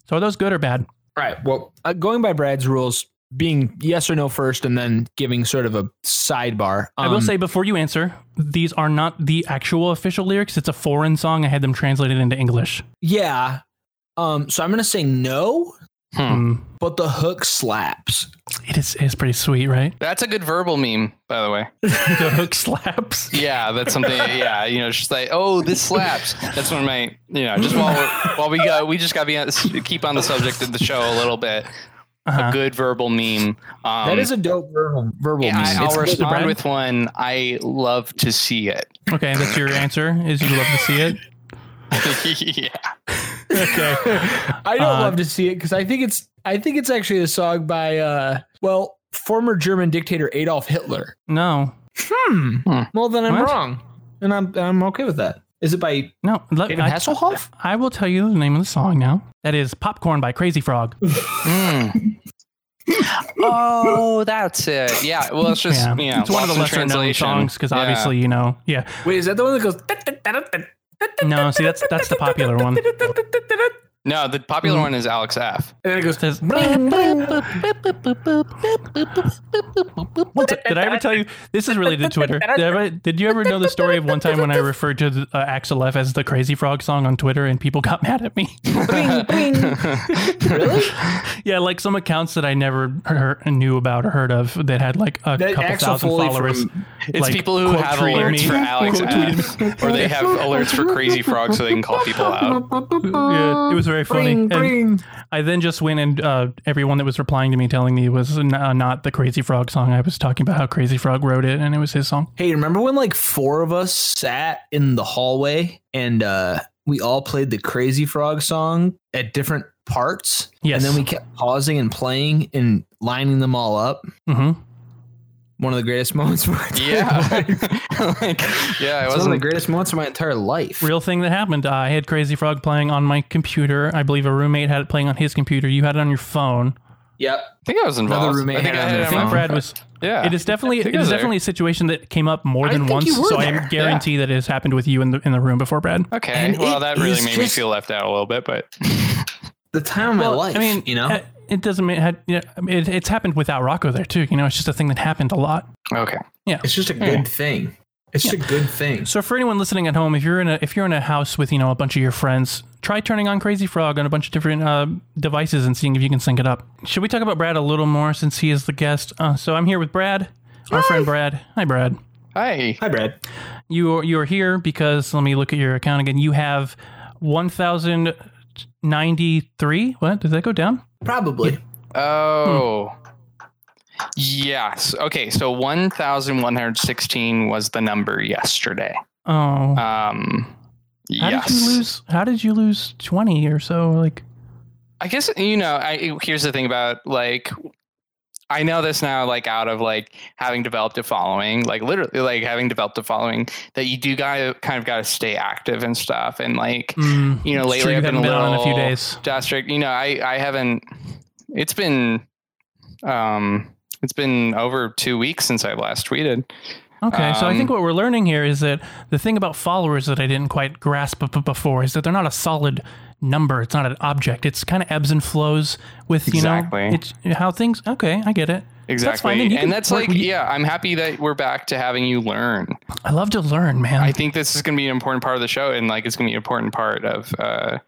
Speaker 1: So are those good or bad?
Speaker 2: All right. Well, uh, going by Brad's rules, being yes or no first, and then giving sort of a sidebar.
Speaker 1: I will
Speaker 2: um,
Speaker 1: say before you answer, these are not the actual official lyrics. It's a foreign song. I had them translated into English.
Speaker 2: yeah. Um, so I'm gonna say no,
Speaker 3: Hmm.
Speaker 1: Mm.
Speaker 2: but the hook slaps.
Speaker 1: It is it's pretty sweet, right?
Speaker 3: That's a good verbal meme, by the way.
Speaker 1: the hook slaps.
Speaker 3: Yeah, that's something. Yeah, you know, it's just like, oh, this slaps. That's when my, you know, just while we're, while we go, we just got to be on, keep on the subject of the show a little bit.
Speaker 1: Uh-huh.
Speaker 3: A good verbal meme. Um,
Speaker 2: that is a dope verbal verbal.
Speaker 3: yeah, I,
Speaker 2: meme.
Speaker 3: I'll
Speaker 2: It's-
Speaker 3: respond
Speaker 1: Brad?
Speaker 3: with one. I love to see it.
Speaker 1: Okay, that's your answer. Is you love to see it?
Speaker 3: yeah.
Speaker 1: Okay.
Speaker 2: I don't
Speaker 1: Uh,
Speaker 2: love to see it because I think it's I think it's actually a song by uh well former German dictator Adolf Hitler.
Speaker 1: No,
Speaker 2: Hmm.
Speaker 3: Hmm.
Speaker 2: Well then I'm
Speaker 1: What?
Speaker 2: wrong, and I'm I'm okay with that. Is it by
Speaker 1: no. Let,
Speaker 2: David
Speaker 1: I,
Speaker 2: Hasselhoff?
Speaker 1: I will tell you the name of the song now. That is "Popcorn" by Crazy Frog.
Speaker 3: Mm. oh, that's it. Yeah. Well, it's just
Speaker 1: yeah,
Speaker 3: you know,
Speaker 1: it's one of the
Speaker 3: lost
Speaker 1: lesser
Speaker 3: in
Speaker 1: known
Speaker 3: translation.
Speaker 1: songs because
Speaker 3: Yeah.
Speaker 1: obviously you know, yeah.
Speaker 2: Wait, is that the one that goes?
Speaker 1: No, see that's that's the popular one. It
Speaker 3: No, the popular
Speaker 1: Hmm.
Speaker 3: one is Alex F.
Speaker 2: And then it goes.
Speaker 1: says, What the- did I ever tell you? This is related to Twitter. Did, I ever, did you ever know the story of one time when I referred to the, uh, Axel F as the Crazy Frog song on Twitter and people got mad at me?
Speaker 2: Really?
Speaker 1: yeah, like some accounts that I never heard, knew about or heard of that had like a
Speaker 2: That
Speaker 1: couple
Speaker 2: Axel
Speaker 1: thousand
Speaker 2: Foley
Speaker 1: followers.
Speaker 2: from-
Speaker 3: It's
Speaker 1: like,
Speaker 3: people who
Speaker 1: quote
Speaker 3: have
Speaker 1: tweeted
Speaker 3: alerts
Speaker 1: me.
Speaker 3: for Alex
Speaker 1: Quote
Speaker 3: F, or they have alerts for Crazy Frog, so they can call people out.
Speaker 1: Yeah, it was very funny.
Speaker 2: Bring,
Speaker 1: And-
Speaker 2: bring.
Speaker 1: I then just went and uh, everyone that was replying to me telling me it was n- uh, not the Crazy Frog song. I was talking about how Crazy Frog wrote it and it was his song.
Speaker 2: Hey, remember when like four of us sat in the hallway and uh we all played the Crazy Frog song at different parts?
Speaker 1: Yes.
Speaker 2: And then we kept pausing and playing and lining them all up.
Speaker 1: Mm-hmm.
Speaker 2: One of the greatest moments of my entire
Speaker 3: Yeah.
Speaker 2: life.
Speaker 3: like,
Speaker 2: It's
Speaker 3: yeah, it
Speaker 2: one of the
Speaker 3: wasn't.
Speaker 2: greatest moments of my entire life.
Speaker 1: Real thing that happened. I had Crazy Frog playing on my computer. I believe a roommate had it playing on his computer. You had it on your phone.
Speaker 2: Yep.
Speaker 3: I think I was involved.
Speaker 2: roommate
Speaker 3: I think
Speaker 2: had
Speaker 3: I
Speaker 2: it on
Speaker 3: had
Speaker 1: I
Speaker 3: it on
Speaker 1: think
Speaker 3: my
Speaker 1: Brad
Speaker 3: phone.
Speaker 1: was.
Speaker 3: Yeah.
Speaker 1: It is definitely
Speaker 3: I think
Speaker 1: it
Speaker 3: I
Speaker 1: is
Speaker 3: was there.
Speaker 1: definitely a situation that came up more
Speaker 2: Uh, I
Speaker 1: than
Speaker 2: think
Speaker 1: once.
Speaker 2: you were
Speaker 1: So I
Speaker 2: there.
Speaker 1: guarantee that it has happened with you in the in the room before, Brad.
Speaker 3: Okay.
Speaker 2: And
Speaker 3: Well,
Speaker 2: it
Speaker 3: that really
Speaker 2: is
Speaker 3: made me
Speaker 2: just-
Speaker 3: feel left out a little bit, but
Speaker 2: The time of my
Speaker 1: Well,
Speaker 2: life.
Speaker 1: I mean,
Speaker 2: you know.
Speaker 1: Uh, It doesn't mean had- you know, I mean, it, it's happened without Rocco there too. You know, it's just a thing that happened a lot.
Speaker 3: okay.
Speaker 2: It's just a
Speaker 1: Hmm.
Speaker 2: good thing. It's just a good thing.
Speaker 1: So for anyone listening at home, if you're in a if you're in a house with you know a bunch of your friends, try turning on Crazy Frog on a bunch of different uh, devices and seeing if you can sync it up. Should we talk about Brad a little more since he is the guest? Uh, so I'm here with Brad, our friend Brad. Hi, Brad.
Speaker 3: Hi.
Speaker 2: Hi, Brad.
Speaker 1: You are, you are here because let me look at your account again. You have one thousand ninety three. What did that go down?
Speaker 2: Probably.
Speaker 3: Oh. Yes. Okay. So 1,116 was the number yesterday.
Speaker 1: Oh,
Speaker 3: Um,
Speaker 1: how
Speaker 3: yes.
Speaker 1: did you lose? How did you lose twenty or so? Like,
Speaker 3: I guess you know. I here's the thing about like, I know this now, like out of like having developed a following, like literally, like having developed a following, that you do gotta kind of gotta stay active and stuff, and like
Speaker 1: mm,
Speaker 3: you know,
Speaker 1: it's
Speaker 3: lately
Speaker 1: true, you
Speaker 3: I've been a
Speaker 1: haven't been
Speaker 3: little
Speaker 1: on in a few days.
Speaker 3: district. You know, I I haven't. It's been, um, it's been over two weeks since I last tweeted.
Speaker 1: Okay, so I
Speaker 3: Um,
Speaker 1: think what we're learning here is that the thing about followers that I didn't quite grasp b- b- before is that they're not a solid number. It's not an object. It's kind of ebbs and flows with you
Speaker 3: Exactly.
Speaker 1: know it's how things. Okay, I get it. That's fine,
Speaker 3: Exactly,
Speaker 1: then you can
Speaker 3: and that's
Speaker 1: work
Speaker 3: like,
Speaker 1: with-
Speaker 3: yeah, I'm happy that we're back to having you learn.
Speaker 1: I love to learn, man.
Speaker 3: I think this is going to be an important part of the show, and like it's going to be an important part of uh,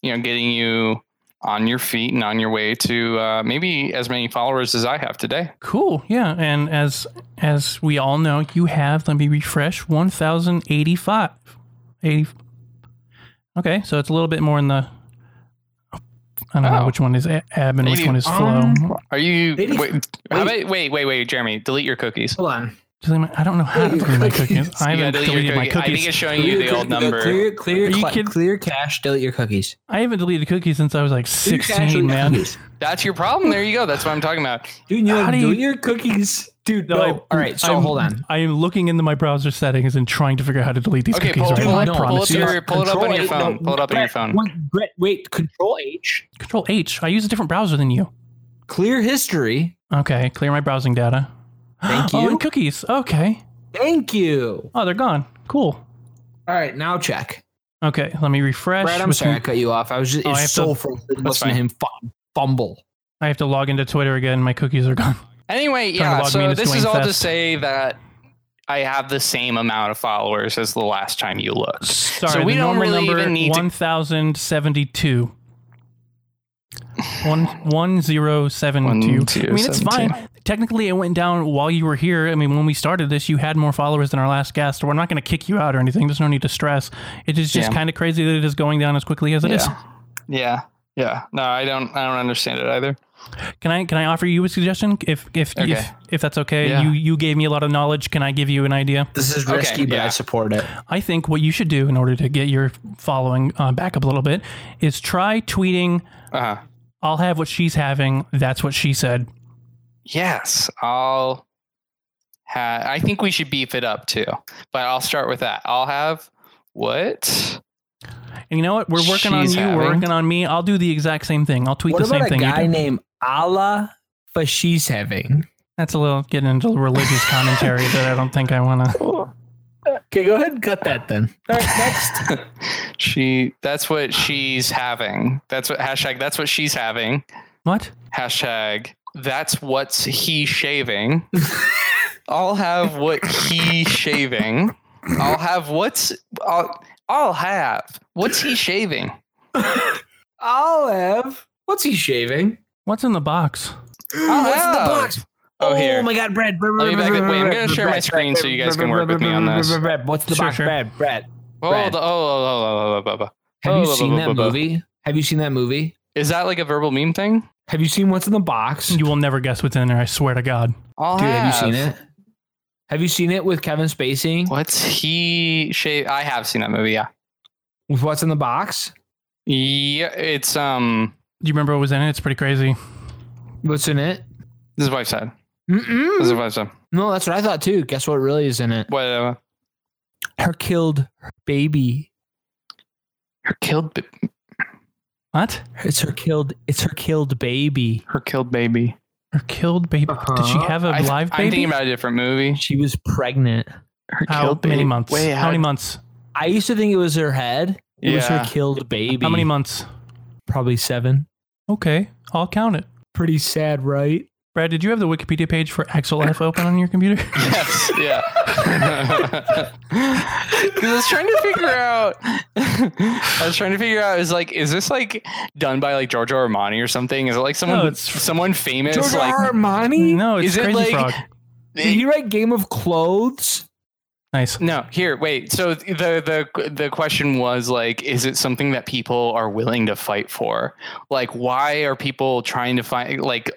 Speaker 3: you know getting you on your feet and on your way to uh, maybe as many followers as I have today.
Speaker 1: cool, yeah. And as as we all know, you have let me refresh one thousand eighty five, eighty. Okay, so it's a little bit more in the. I don't know
Speaker 3: Oh.
Speaker 1: which one is e- ebb and which
Speaker 3: Eighty-
Speaker 1: one is flow.
Speaker 2: Um,
Speaker 3: Are you
Speaker 2: Maybe-
Speaker 3: wait, how about- wait wait wait Jeremy? Delete your cookies.
Speaker 2: Hold on.
Speaker 1: Delete my- I don't know how to delete my cookies. I
Speaker 3: You gotta
Speaker 1: haven't
Speaker 3: delete your
Speaker 1: deleted my
Speaker 3: cookie. I think
Speaker 1: cookies.
Speaker 3: it's showing you the old number.
Speaker 2: Clear, clear,
Speaker 1: Are you
Speaker 2: cla-
Speaker 1: kidding?
Speaker 2: clear cache. Delete your cookies.
Speaker 1: I haven't deleted cookies since I was like
Speaker 2: Clear cache, delete
Speaker 1: 16,
Speaker 2: your
Speaker 1: man.
Speaker 2: cookies.
Speaker 3: That's your problem. There you go. That's what I'm talking about.
Speaker 2: Dude, you
Speaker 1: How do
Speaker 2: do
Speaker 1: you-
Speaker 2: your cookies, dude.
Speaker 1: No,
Speaker 2: No.
Speaker 1: I-
Speaker 2: All right, so
Speaker 1: I'm-
Speaker 2: hold on.
Speaker 1: I am looking into my browser settings and trying to figure out how to delete these
Speaker 3: Okay,
Speaker 1: cookies.
Speaker 3: pull,
Speaker 1: right
Speaker 3: pull,
Speaker 1: now.
Speaker 3: up,
Speaker 1: I
Speaker 3: pull,
Speaker 1: promise
Speaker 3: up
Speaker 1: you.
Speaker 3: your, pull it up on
Speaker 2: Control
Speaker 3: your
Speaker 2: H-
Speaker 3: phone.
Speaker 2: no,
Speaker 3: Pull it up on your
Speaker 2: Brett,
Speaker 3: phone.
Speaker 2: Wait, Brett, wait. Control H.
Speaker 1: Control H. I use a different browser than you.
Speaker 2: Clear history.
Speaker 1: Okay, clear my browsing data.
Speaker 2: Thank
Speaker 1: Oh,
Speaker 2: you.
Speaker 1: and cookies. Okay.
Speaker 2: Thank you.
Speaker 1: Oh, they're gone. Cool.
Speaker 2: All right, now check.
Speaker 1: Okay, let me refresh.
Speaker 2: Brad, I'm
Speaker 1: with-
Speaker 2: sorry I cut you off. I was just
Speaker 1: Oh, I
Speaker 2: it's
Speaker 1: have to-
Speaker 2: so frustrating
Speaker 3: That's
Speaker 2: listening to
Speaker 3: fine.
Speaker 2: him fu- fumble.
Speaker 1: I have to log into Twitter again. My cookies are gone.
Speaker 3: Anyway,
Speaker 1: to
Speaker 3: yeah.
Speaker 1: log me
Speaker 3: So
Speaker 1: into
Speaker 3: this
Speaker 1: Dwayne
Speaker 3: is all to
Speaker 1: Fest.
Speaker 3: say that I have the same amount of followers as the last time you looked.
Speaker 1: Sorry,
Speaker 3: we
Speaker 1: the
Speaker 3: don't
Speaker 1: normal
Speaker 3: really
Speaker 1: number
Speaker 3: even need to-
Speaker 1: 1072. One one zero seven
Speaker 3: One,
Speaker 1: two.
Speaker 3: two,
Speaker 1: I mean, it's
Speaker 3: seven,
Speaker 1: fine. Technically, it went down while you were here. I mean, when we started this, you had more followers than our last guest. We're not going to kick you out or anything. There's no need to stress. It is just
Speaker 3: Yeah.
Speaker 1: kind of crazy that it is going down as quickly as it is.
Speaker 3: yeah. Yeah. Yeah. No, I don't I don't understand it either.
Speaker 1: Can I can I offer you a suggestion? If if
Speaker 3: Okay.
Speaker 1: if, if that's okay,
Speaker 3: Yeah.
Speaker 1: you you gave me a lot of knowledge. Can I give you an idea?
Speaker 2: This is
Speaker 3: Okay,
Speaker 2: risky, but
Speaker 3: yeah.
Speaker 2: I support it.
Speaker 1: I think what you should do in order to get your following uh, back up a little bit is try tweeting
Speaker 3: Uh-huh.
Speaker 1: I'll have what she's having. That's what she said.
Speaker 3: Yes, I'll have I think we should beef it up too. But I'll start with that. I'll have what?
Speaker 1: And you know what? We're working on
Speaker 3: She's
Speaker 1: you.
Speaker 3: having.
Speaker 1: We're working on me. I'll do the exact same thing. I'll tweet
Speaker 2: what
Speaker 1: the same
Speaker 2: about a
Speaker 1: thing. you
Speaker 2: guy
Speaker 1: did.
Speaker 2: named Ala Fashi's having?
Speaker 1: That's a little getting into religious commentary that I don't think I want to.
Speaker 2: Okay, go ahead and cut that then. All right, next.
Speaker 3: she that's what she's having. That's what hashtag that's what she's having.
Speaker 1: What?
Speaker 3: Hashtag that's what's he shaving. I'll have what he shaving. I'll have what's I'll, I'll have what's he shaving.
Speaker 2: Olive. What's he shaving?
Speaker 1: What's in the box?
Speaker 3: I'll
Speaker 2: What's in the
Speaker 3: have-
Speaker 2: box?
Speaker 3: Oh, here.
Speaker 2: my god, Brad. Brad,
Speaker 3: Let me
Speaker 2: Brad,
Speaker 3: back it- wait, I'm
Speaker 2: Brad,
Speaker 3: gonna share my
Speaker 2: Brad,
Speaker 3: screen so
Speaker 2: Brad,
Speaker 3: you guys
Speaker 2: Brad,
Speaker 3: can work with me on
Speaker 2: Brad,
Speaker 3: this.
Speaker 2: Brad, Brad, What's in the
Speaker 1: Sure,
Speaker 2: box,
Speaker 1: sure.
Speaker 2: Brad? Brad.
Speaker 3: Oh,
Speaker 2: Brad.
Speaker 3: the, oh, oh, oh, oh, oh, oh, oh.
Speaker 2: Have
Speaker 3: Oh,
Speaker 2: you
Speaker 3: blah,
Speaker 2: seen
Speaker 3: blah,
Speaker 2: that
Speaker 3: blah, blah.
Speaker 2: movie? Have you seen that movie?
Speaker 3: Is that like a verbal meme thing?
Speaker 2: Have you seen What's in the Box?
Speaker 1: You will never guess what's in there. I swear to God.
Speaker 3: I'll
Speaker 2: Dude, have you seen it? Have you seen it with Kevin Spacey?
Speaker 3: What's he shave? I have seen that movie. Yeah,
Speaker 2: With What's in the Box?
Speaker 3: yeah. It's um.
Speaker 1: Do you remember what was in it? It's pretty crazy.
Speaker 2: What's in it?
Speaker 3: This is what I said. This
Speaker 2: Mm-mm.
Speaker 3: is what I said.
Speaker 2: No, that's what I thought too. Guess what really is in it?
Speaker 3: What? Uh,
Speaker 2: Her killed her baby.
Speaker 3: her killed. b-
Speaker 1: What?
Speaker 2: It's her killed. It's her killed baby.
Speaker 3: Her killed baby.
Speaker 1: Her killed baby? Did she
Speaker 2: Uh-huh.
Speaker 1: have a
Speaker 3: I-
Speaker 1: live
Speaker 3: I'm
Speaker 1: baby?
Speaker 3: thinking about a different movie.
Speaker 2: She was pregnant.
Speaker 3: Her
Speaker 1: how
Speaker 3: killed
Speaker 1: many
Speaker 3: baby.
Speaker 1: months?
Speaker 3: Wait,
Speaker 1: how many months?
Speaker 2: I used to think it was her head. It was her
Speaker 3: Yeah.
Speaker 2: killed baby.
Speaker 1: How many months?
Speaker 2: Probably seven.
Speaker 1: Okay, I'll count it.
Speaker 2: Pretty sad, right?
Speaker 1: Brad, did you have the Wikipedia page for Axel F open on your computer?
Speaker 3: Yes, yeah. Because I was trying to figure out, I was trying to figure out, is like, is this like done by like Giorgio Armani or something? Is it like someone,
Speaker 1: No, it's-
Speaker 3: someone famous?
Speaker 2: George
Speaker 3: like,
Speaker 2: Armani?
Speaker 1: no, it's
Speaker 3: Is it
Speaker 1: Crazy
Speaker 3: like-
Speaker 1: Frog.
Speaker 2: Did he write Game of Clothes?
Speaker 1: Nice.
Speaker 3: no. Here, wait. So the the the question was like, is it something that people are willing to fight for? Like, why are people trying to find like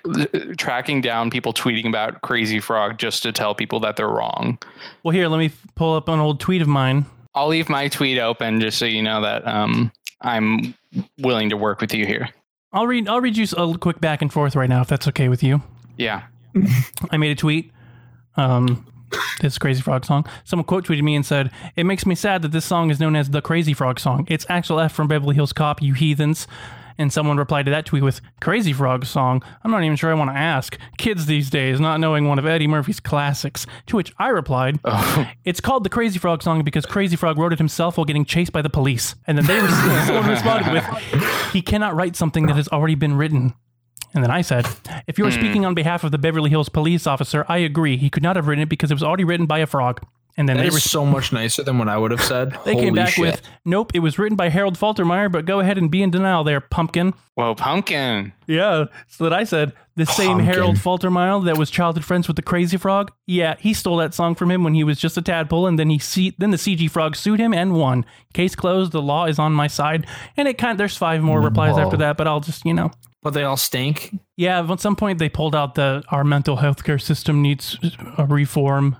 Speaker 3: tracking down people tweeting about Crazy Frog just to tell people that they're wrong?
Speaker 1: Well, here, let me pull up an old tweet of mine.
Speaker 3: I'll leave my tweet open just so you know that um, I'm willing to work with you here.
Speaker 1: I'll read. I'll read you a quick back and forth right now, if that's okay with you.
Speaker 3: Yeah.
Speaker 1: I made a tweet. Um, this Crazy Frog song. Someone quote tweeted me and said, "It makes me sad that this song is known as the Crazy Frog song. It's Axel F from Beverly Hills Cop, you heathens." And someone replied to that tweet with "Crazy Frog song." I'm not even sure I want to ask kids these days not knowing one of Eddie Murphy's classics. To which I replied,
Speaker 3: Oh,
Speaker 1: It's called the Crazy Frog song because Crazy Frog wrote it himself while getting chased by the police. And then they someone responded with, "He cannot write something that has already been written." And then I said, "If you are speaking on behalf of the Beverly Hills police officer, I agree. He could not have written it because it was already written by a frog." And then
Speaker 2: That
Speaker 1: they
Speaker 2: is
Speaker 1: res-
Speaker 2: so much nicer than what I would have said.
Speaker 1: they came
Speaker 2: Holy
Speaker 1: back
Speaker 2: shit.
Speaker 1: with, "Nope, it was written by Harold Faltermeyer, but go ahead and be in denial there, pumpkin."
Speaker 3: whoa, pumpkin.
Speaker 1: Yeah, so that I said the same
Speaker 2: Pumpkin.
Speaker 1: Harold Faltermeyer that was childhood friends with the Crazy Frog. Yeah, he stole that song from him when he was just a tadpole, and then he see, then the CG Frog sued him and won. Case closed. The law is on my side. And it kind there's five more replies
Speaker 2: Whoa.
Speaker 1: after that, but I'll just you know.
Speaker 2: But they all stink.
Speaker 1: Yeah, at some point they pulled out the our mental health care system needs a reform.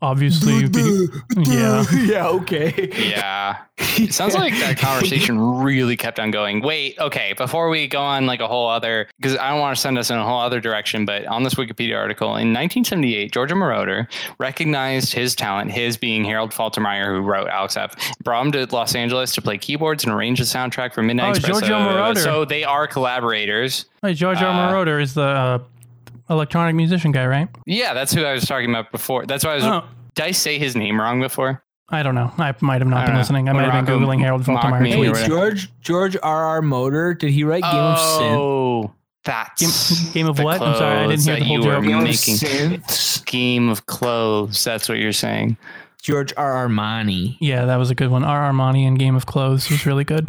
Speaker 1: Obviously, yeah.
Speaker 2: yeah. Okay.
Speaker 3: Yeah. It sounds like that conversation really kept on going. Wait, okay, before we go on like a whole other, because I don't want to send us in a whole other direction, but on this Wikipedia article, in 1978, Georgia Moroder recognized his talent, his being Harold Faltermeyer, who wrote Alex F., brought him to Los Angeles to play keyboards and arrange the soundtrack for Midnight
Speaker 1: Oh,
Speaker 3: Express.
Speaker 1: Giorgio Moroder.
Speaker 3: So they are collaborators.
Speaker 1: Hey, George R.
Speaker 3: Uh,
Speaker 1: Moroder is the uh, electronic musician guy, right?
Speaker 3: Yeah, that's who I was talking about before. That's why I was.
Speaker 1: Oh,
Speaker 3: Did I say his name wrong before?
Speaker 1: I don't know. I might have not
Speaker 3: I
Speaker 1: been
Speaker 3: don't know.
Speaker 1: listening. I might have been
Speaker 3: Morocco
Speaker 1: googling Harold
Speaker 3: mocked
Speaker 1: Faltermeyer.
Speaker 3: me.
Speaker 1: tweets.
Speaker 2: Wait,
Speaker 3: Wait,
Speaker 2: George George R R Motor. Did he write Game of Sin?
Speaker 3: oh, that's
Speaker 1: Game- Game of
Speaker 3: the
Speaker 1: what? I'm sorry, I didn't
Speaker 3: clothes
Speaker 1: hear the
Speaker 3: that
Speaker 1: whole
Speaker 3: you were
Speaker 1: joke. Game
Speaker 2: of
Speaker 3: making.
Speaker 2: Synths?
Speaker 3: Game of clothes. That's what you're saying.
Speaker 2: George R Armani.
Speaker 1: Yeah, that was a good one. R. Armani and Game of Clothes was really good.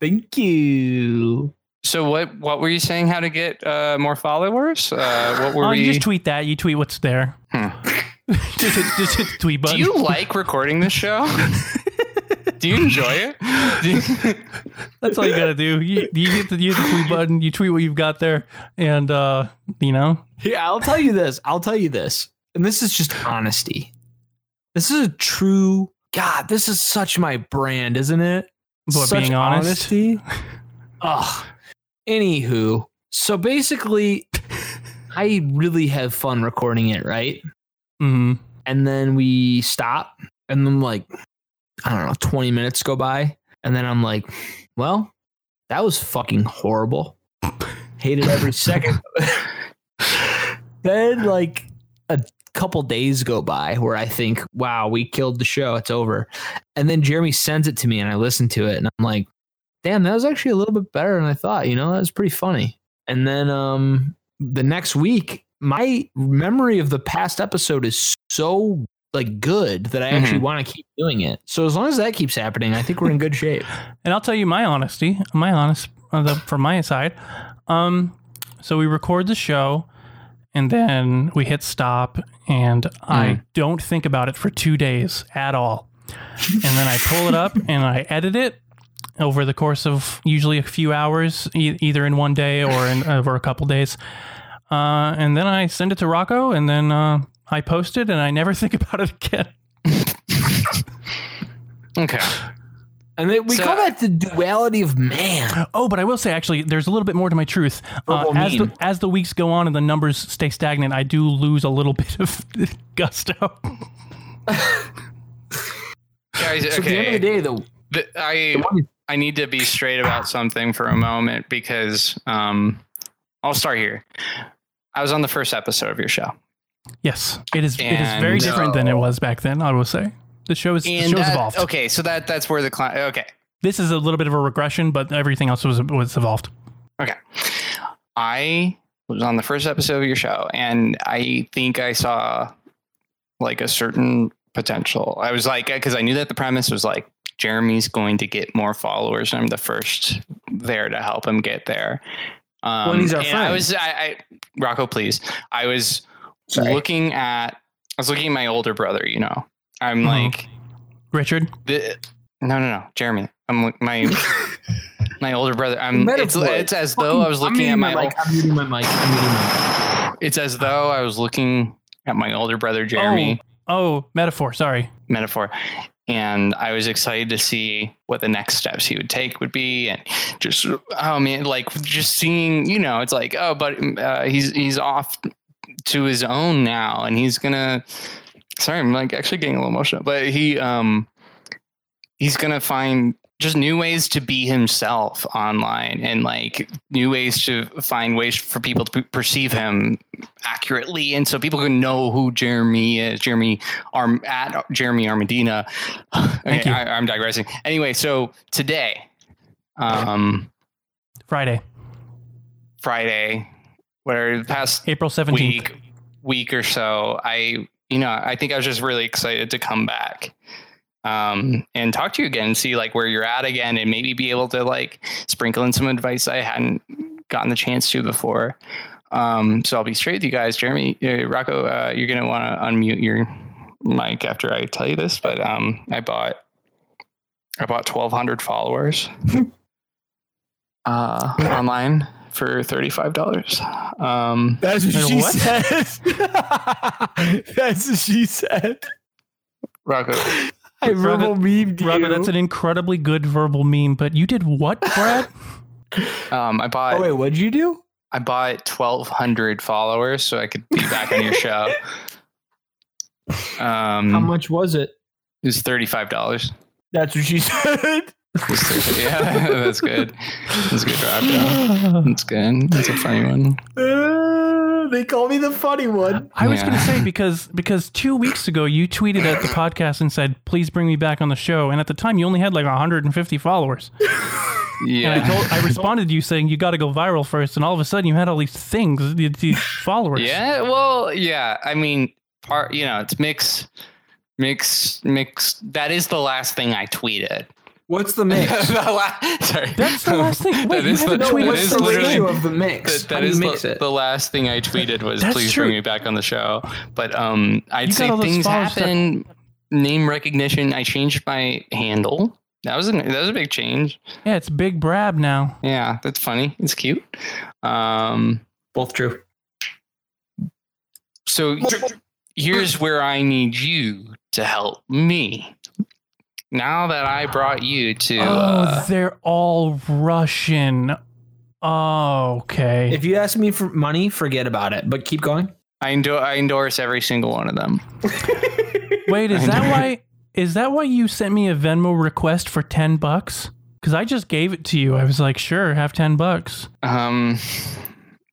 Speaker 2: Thank you.
Speaker 3: So what? What were you saying? How to get uh, more followers? Uh, what were
Speaker 1: oh,
Speaker 3: we?
Speaker 1: you just tweet that. You tweet what's there.
Speaker 3: Hmm.
Speaker 1: just, hit, just hit the tweet
Speaker 3: Do
Speaker 1: button.
Speaker 3: you like recording this show? Do you enjoy it? Do you-
Speaker 1: That's all you gotta do. You, you hit the, you hit the tweet button. You tweet what you've got there, and uh, you know,
Speaker 2: Yeah, I'll tell you this. I'll tell you this. And this is just honesty. This is a true God, this is such my brand, isn't it?
Speaker 1: What, being honest?
Speaker 2: Honesty. Ugh. Anywho, so basically, I really have fun recording it, right?
Speaker 1: mm,
Speaker 2: And then we stop, and then like, I don't know, 20 minutes go by. And then I'm like, well, that was fucking horrible. Hated every second. then like a couple days go by where I think, wow, we killed the show. It's over. And then Jeremy sends it to me and I listen to it and I'm like, damn, that was actually a little bit better than I thought. You know, that was pretty funny. And then um the next week, my memory of the past episode is so like good that I actually
Speaker 3: Mhm.
Speaker 2: want to keep doing it. So as long as that keeps happening, I think we're in good shape.
Speaker 1: and I'll tell you my honesty, my honest uh, the, from my side. Um, so we record the show, and then we hit stop, and I don't think about it for two days at all, and then I pull it up and I edit it over the course of usually a few hours, e- either in one day or in over a couple days, uh, and then I send it to Rocco, and then uh, I post it, and I never think about it again.
Speaker 3: okay.
Speaker 2: And then we
Speaker 3: So-
Speaker 2: call that the duality of man.
Speaker 1: Oh, but I will say actually, there's a little bit more to my truth. Uh,
Speaker 2: Verbal
Speaker 1: as, the,
Speaker 2: mean.
Speaker 1: as the weeks go on and the numbers stay stagnant, I do lose a little bit of gusto.
Speaker 3: Guys,
Speaker 2: So at the end
Speaker 3: okay.
Speaker 2: of the day, the
Speaker 3: The, I I need to be straight about something for a moment because um, I'll start here. I was on the first episode of your show.
Speaker 1: Yes, it is. it is very
Speaker 3: And- uh,
Speaker 1: different than it was back then. I will say the show is the
Speaker 3: And
Speaker 1: show's
Speaker 3: that-
Speaker 1: evolved.
Speaker 3: okay, so that that's where the client. Okay,
Speaker 1: This is a little bit of a regression, but everything else was was evolved.
Speaker 3: Okay. I was on the first episode of your show and I think I saw like a certain potential. I was like, because I knew that the premise was like, Jeremy's going to get more followers, and I'm the first there to help him get there. Um,
Speaker 2: and he's our
Speaker 3: and I
Speaker 2: friend.
Speaker 3: was, I, I, Rocco, please. I was
Speaker 2: Sorry.
Speaker 3: looking at, I was looking at my older brother. You know, I'm
Speaker 1: Mhm.
Speaker 3: like,
Speaker 1: Richard,
Speaker 3: the, no, no, no, Jeremy. I'm like my my older brother. I'm. It's,
Speaker 2: Metaphor.
Speaker 3: it's as though I was
Speaker 2: I'm
Speaker 3: looking
Speaker 2: muting
Speaker 3: at my.
Speaker 2: mic. I'm muting my mic. I'm muting my mic.
Speaker 3: It's as though I was looking at my older brother Jeremy.
Speaker 1: oh, metaphor. Sorry.
Speaker 3: Metaphor. And I was excited to see what the next steps he would take would be, and just oh man, like just seeing, you know, it's like oh, but uh, he's he's off to his own now, and he's gonna. Sorry, I'm like actually getting a little emotional, but he um he's gonna find just new ways to be himself online, and like new ways to find ways for people to perceive him accurately, and so people can know who Jeremy is. Jeremy Arm at Jeremy Armadina.
Speaker 1: Thank
Speaker 3: Okay,
Speaker 1: you.
Speaker 3: I, I'm digressing. Anyway, so today, um,
Speaker 1: Friday,
Speaker 3: Friday, whatever the past
Speaker 1: April seventeenth.
Speaker 3: week, week or so, I you know I think I was just really excited to come back um and talk to you again and see like where you're at again and maybe be able to like sprinkle in some advice i hadn't gotten the chance to before um so i'll be straight with you guys jeremy uh, rocco uh, you're gonna want to unmute your mic after i tell you this but um i bought i bought 1200 followers uh online for $35 um
Speaker 2: That's what
Speaker 1: And
Speaker 2: she
Speaker 1: what?
Speaker 2: said. That's what she said.
Speaker 3: rocco
Speaker 2: I verbal memed you.
Speaker 1: Robert, that's an incredibly good verbal meme, but you did what, Brad?
Speaker 3: Um, I bought
Speaker 2: oh wait, what'd you do?
Speaker 3: I bought twelve hundred followers so I could be back on your show. Um, Hmm.
Speaker 2: How much was it?
Speaker 3: It was thirty five dollars.
Speaker 2: That's what she said.
Speaker 3: Yeah, that's good. That's good, Rob. That's good. That's a funny one.
Speaker 2: Uh, they call me the funny one.
Speaker 1: I was
Speaker 3: Yeah.
Speaker 1: going to say because because two weeks ago you tweeted at the podcast and said please bring me back on the show, and at the time you only had like 150 followers.
Speaker 3: Yeah,
Speaker 1: And I told I responded to you saying you got to go viral first, and all of a sudden you had all these things, these- these followers.
Speaker 3: yeah. Well, yeah. I mean, part. You know, it's mix, mix, mix. That is the last thing I tweeted.
Speaker 2: What's the
Speaker 3: The la- Sorry.
Speaker 1: That's the last thing. Wait,
Speaker 3: That
Speaker 1: you
Speaker 3: is
Speaker 1: haven't
Speaker 3: the-
Speaker 1: tweeted
Speaker 3: that
Speaker 2: what's
Speaker 3: is
Speaker 1: since
Speaker 2: the
Speaker 3: literally-
Speaker 1: then.
Speaker 2: ratio of the mix?
Speaker 3: That,
Speaker 2: How
Speaker 3: that
Speaker 2: do you
Speaker 3: is
Speaker 2: mix
Speaker 3: the,
Speaker 2: it?
Speaker 3: the last thing I tweeted was
Speaker 1: That's
Speaker 3: please
Speaker 1: true.
Speaker 3: bring me back on the show. But um,
Speaker 1: You
Speaker 3: I'd
Speaker 1: got
Speaker 3: say
Speaker 1: all those
Speaker 3: things
Speaker 1: followers that-
Speaker 3: happen. Name recognition. I changed my handle. That was a, that was a big change.
Speaker 1: Yeah, it's Big Brab now.
Speaker 3: Yeah, that's funny. It's cute. Um,
Speaker 2: Both true.
Speaker 3: so here's where I need you to help me. Now that I brought you to,
Speaker 1: Oh,
Speaker 3: uh,
Speaker 1: they're all Russian. Oh, okay.
Speaker 2: If you ask me for money, forget about it. But keep going.
Speaker 3: I, endo- I endorse every single one of them.
Speaker 1: Wait, is
Speaker 3: I
Speaker 1: that
Speaker 3: know.
Speaker 1: why? Is that why you sent me a Venmo request for ten bucks? Because I just gave it to you. I was like, sure, have ten bucks.
Speaker 3: Um,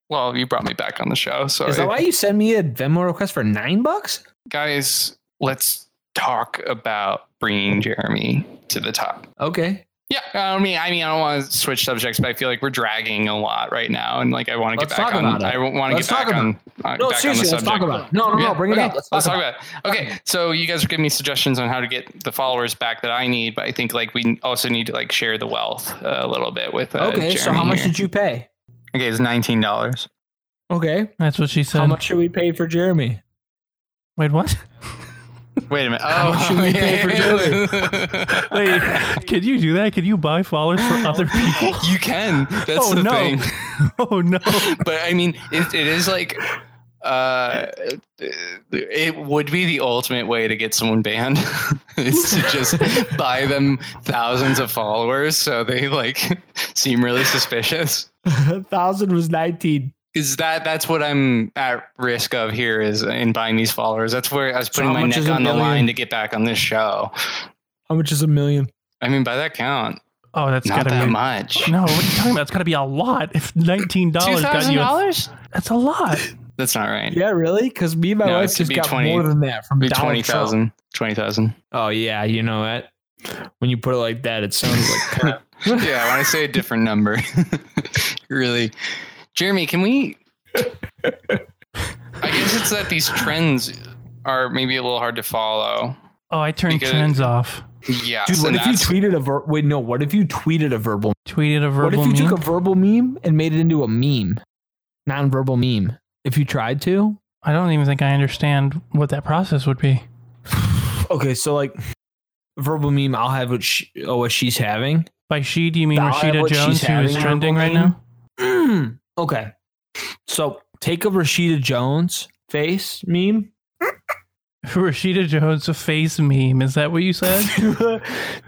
Speaker 3: well, you brought me back on the show, so
Speaker 2: Is
Speaker 3: it-
Speaker 2: that why you send me a Venmo request for nine bucks?
Speaker 3: guys, let's talk about bringing Jeremy to the top.
Speaker 2: Okay.
Speaker 3: Yeah, I mean, I mean, I don't want to switch subjects, but I feel like we're dragging a lot right now, and like I want to get
Speaker 2: Let's
Speaker 3: back
Speaker 2: talk
Speaker 3: on.
Speaker 2: about it.
Speaker 3: I want to
Speaker 2: Let's
Speaker 3: get back
Speaker 2: talk about
Speaker 3: on, on
Speaker 2: No,
Speaker 3: back on the
Speaker 2: seriously,
Speaker 3: subject.
Speaker 2: let's talk about it. No, no,
Speaker 3: Yeah,
Speaker 2: no, bring it
Speaker 3: okay,
Speaker 2: up. Let's talk about it.
Speaker 3: about it. Okay, so you guys are giving me suggestions on how to get the followers back that I need, but I think like we also need to like share the wealth a little bit with. Uh,
Speaker 2: Okay, so how much did you pay?
Speaker 3: you? Okay, it's nineteen dollars.
Speaker 2: Okay.
Speaker 1: That's what she said.
Speaker 2: How much should we pay for Jeremy?
Speaker 1: Wait, what?
Speaker 3: Wait a minute. Oh,
Speaker 2: How much should we pay for
Speaker 1: Wait, can you do that? Can you buy followers for other people?
Speaker 3: you can. That's
Speaker 1: oh
Speaker 3: the
Speaker 1: no!
Speaker 3: thing.
Speaker 1: Oh no!
Speaker 3: but I mean, it, it is like, uh, it would be the ultimate way to get someone banned is to just buy them thousands of followers so they like seem really suspicious.
Speaker 2: A thousand was 19.
Speaker 3: Is that that's what I'm at risk of here is in buying these followers. That's where I was
Speaker 2: So
Speaker 3: putting
Speaker 2: how
Speaker 3: my
Speaker 2: much
Speaker 3: neck
Speaker 2: is a
Speaker 3: on the
Speaker 2: million?
Speaker 3: line to get back on this show.
Speaker 2: How much is a million?
Speaker 3: I mean, by that count,
Speaker 1: Oh, that's
Speaker 3: not
Speaker 1: gotta
Speaker 3: that
Speaker 1: be.
Speaker 3: much.
Speaker 1: No, what are you talking about? It's gotta be a lot. If nineteen
Speaker 3: Two
Speaker 1: dollars got
Speaker 3: thousand
Speaker 1: you, a,
Speaker 3: dollars?
Speaker 1: that's a lot.
Speaker 3: That's not right.
Speaker 2: Yeah, really? Because me and my
Speaker 3: No, it
Speaker 2: wife
Speaker 3: should
Speaker 2: just
Speaker 3: be
Speaker 2: got
Speaker 3: 20
Speaker 2: more than that from
Speaker 3: Be
Speaker 2: Donald
Speaker 3: twenty
Speaker 2: Trump.
Speaker 3: thousand. Twenty thousand.
Speaker 2: Oh yeah, you know what? When you put it like that, it sounds like crap.
Speaker 3: yeah, I want to say a different number. really. Jeremy, can we I guess it's that these trends are maybe a little hard to follow.
Speaker 1: Oh, I turned
Speaker 3: Because-
Speaker 1: trends off.
Speaker 3: Yeah.
Speaker 2: Dude, what
Speaker 3: and
Speaker 2: if you
Speaker 3: that's-
Speaker 2: tweeted a ver- wait? No, what if you tweeted a verbal?
Speaker 1: Tweeted a
Speaker 2: what
Speaker 1: verbal
Speaker 2: if you
Speaker 1: meme.
Speaker 2: took a verbal meme and made it into a meme, non-verbal meme? If you tried to,
Speaker 1: I don't even think I understand what that process would be.
Speaker 2: okay. So like, verbal meme, I'll have what she, oh what she's having.
Speaker 1: By she, do you mean
Speaker 2: Now I have
Speaker 1: Rashida
Speaker 2: what she's
Speaker 1: Jones, who
Speaker 2: having
Speaker 1: is
Speaker 2: in her
Speaker 1: trending right
Speaker 2: brain.
Speaker 1: now?
Speaker 2: Mm, okay, so take a Rashida Jones face meme.
Speaker 1: Rashida Jones, a face meme. Is that what you
Speaker 2: do
Speaker 1: said?
Speaker 2: a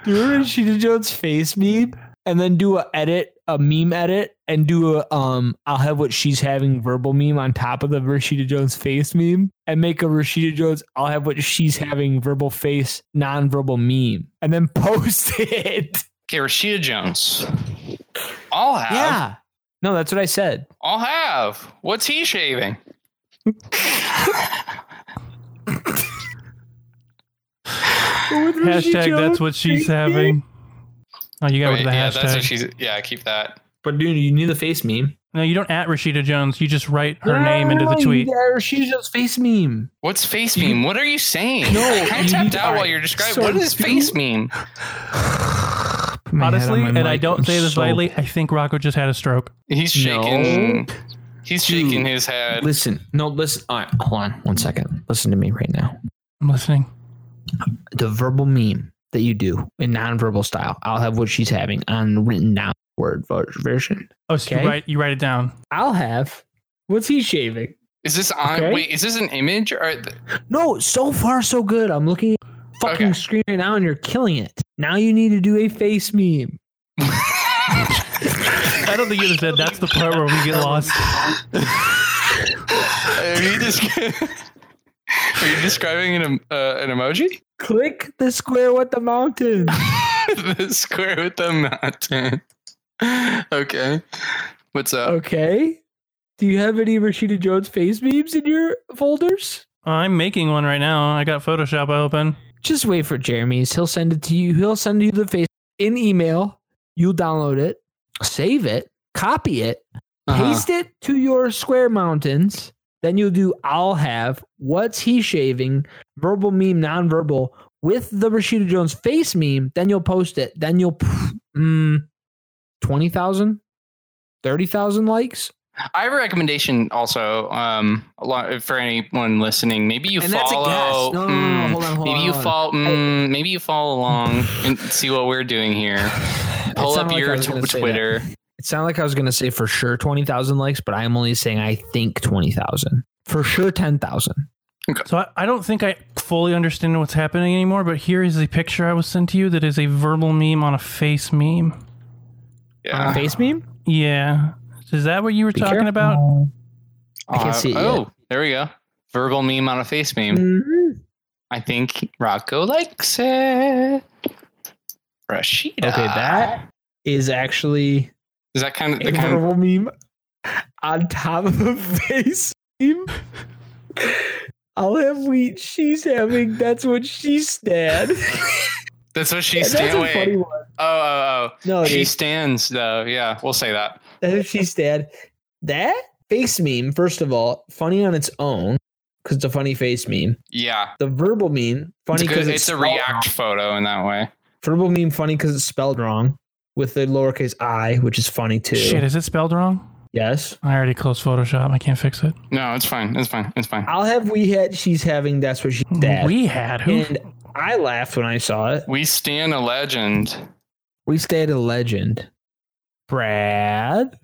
Speaker 2: Rashida Jones face meme, and then do a edit, a meme edit, and do a um. I'll have what she's having verbal meme on top of the Rashida Jones face meme, and make a Rashida Jones. I'll have what she's having verbal face non-verbal meme, and then post it.
Speaker 3: Okay, Rashida Jones. I'll have.
Speaker 2: Yeah. No, that's what I said.
Speaker 3: I'll have. What's he shaving?
Speaker 1: Hashtag that's what she's having. Oh, you got rid
Speaker 3: Wait,
Speaker 1: of the
Speaker 3: yeah,
Speaker 1: hashtag.
Speaker 3: that's what she's. Yeah, keep that.
Speaker 2: But dude, you need the face meme.
Speaker 1: no, you don't at Rashida Jones. You just write her name into the tweet.
Speaker 2: Yeah, Rashida Jones face meme.
Speaker 3: What's face
Speaker 2: You-
Speaker 3: meme? What are you saying?
Speaker 2: No,
Speaker 3: I kind
Speaker 2: you
Speaker 3: of tapped
Speaker 2: need-
Speaker 3: out while
Speaker 2: alright,
Speaker 3: you're describing.
Speaker 2: so
Speaker 3: what is
Speaker 2: do-
Speaker 3: face meme?
Speaker 1: Honestly, and I don't say this lightly, I think Rocco just had a stroke.
Speaker 3: He's
Speaker 2: No.
Speaker 3: shaking. He's
Speaker 2: Dude.
Speaker 3: shaking his head.
Speaker 2: Listen, no, listen. All right, hold on one second. Listen to me right now.
Speaker 1: I'm listening.
Speaker 2: The verbal meme that you do in nonverbal style, I'll have what she's having on written down word ver- version.
Speaker 1: Oh, so
Speaker 2: Okay.
Speaker 1: you write you write it down.
Speaker 2: I'll have. What's he shaving?
Speaker 3: Is this on?
Speaker 2: Okay.
Speaker 3: Wait, is this an image or th-
Speaker 2: No, so far so good. I'm looking at your fucking
Speaker 3: Okay.
Speaker 2: screen right now, and you're killing it. Now you need to do a face meme.
Speaker 1: I don't think you said that's the part where we get lost.
Speaker 3: are you just? Are you describing an em- uh, an emoji?
Speaker 2: Click the square with the mountain.
Speaker 3: the square with the mountain. Okay, what's up?
Speaker 2: Okay. Do you have any Rashida Jones face memes in your folders?
Speaker 1: I'm making one right now. I got Photoshop open.
Speaker 2: just wait for Jeremy's. He'll send it to you. He'll send you the face in email. You'll download it, save it, copy it,
Speaker 3: Uh-huh.
Speaker 2: paste it to your square mountains. Then you'll do I'll have what's he shaving, verbal meme, nonverbal, with the Rashida Jones face meme. Then you'll post it. Then you'll mm, 20,000, 30,000 likes.
Speaker 3: I have a recommendation also um, a lot, for anyone listening. Maybe you
Speaker 2: and that's a
Speaker 3: follow.
Speaker 2: guess. No, no, no, no,
Speaker 3: mm,
Speaker 2: hold on, hold
Speaker 3: maybe
Speaker 2: on. Oh.
Speaker 3: you
Speaker 2: hold on.
Speaker 3: follow. Mm, maybe you follow along and see what we're doing here.
Speaker 2: It
Speaker 3: Pull up
Speaker 2: sounded like I
Speaker 3: your
Speaker 2: was gonna
Speaker 3: tw-
Speaker 2: say that.
Speaker 3: Twitter.
Speaker 2: It sounded like I was going to say for sure 20,000 likes, but I'm only saying I think 20,000. For sure 10,000.
Speaker 1: So I, I don't think I fully understand what's happening anymore, but here is a picture I was sent to you that is a verbal meme on a face meme.
Speaker 2: On a
Speaker 3: Yeah.
Speaker 2: face meme?
Speaker 1: Yeah. Is that what you were talking about?
Speaker 2: I can't
Speaker 3: Uh,
Speaker 2: see it yet.
Speaker 3: Oh, there we go. Verbal meme on a face meme.
Speaker 2: Mhm.
Speaker 3: I think Rocco likes it. Rashida.
Speaker 2: Okay, that is actually
Speaker 3: is that kind of
Speaker 2: a
Speaker 3: the kind of
Speaker 2: verbal meme on top of a face meme. I'll have wheat. She's having. That's what she stand.
Speaker 3: that's what she
Speaker 2: That's a
Speaker 3: stands.
Speaker 2: funny
Speaker 3: Wait.
Speaker 2: one.
Speaker 3: Oh, oh,
Speaker 2: No,
Speaker 3: oh.
Speaker 2: dude.
Speaker 3: She stands though. Yeah, we'll say that.
Speaker 2: That's what she's dad. That face meme, first of all, funny on its own because it's a funny face meme.
Speaker 3: Yeah,
Speaker 2: The verbal meme, funny
Speaker 3: it's, a good-
Speaker 2: because
Speaker 3: it's a react photo in that way.
Speaker 2: Verbal meme, funny because it's spelled wrong with the lowercase i, which is funny too.
Speaker 1: Shit, is it spelled wrong?
Speaker 2: Yes.
Speaker 1: I already closed Photoshop. I can't fix it.
Speaker 3: No, it's fine. It's fine. It's fine.
Speaker 2: I'll have we had. She's having. That's what she's dad.
Speaker 1: Hmm, We had who?
Speaker 2: and I laughed when I saw it.
Speaker 3: We stand a legend.
Speaker 2: We stayed a legend. Brad.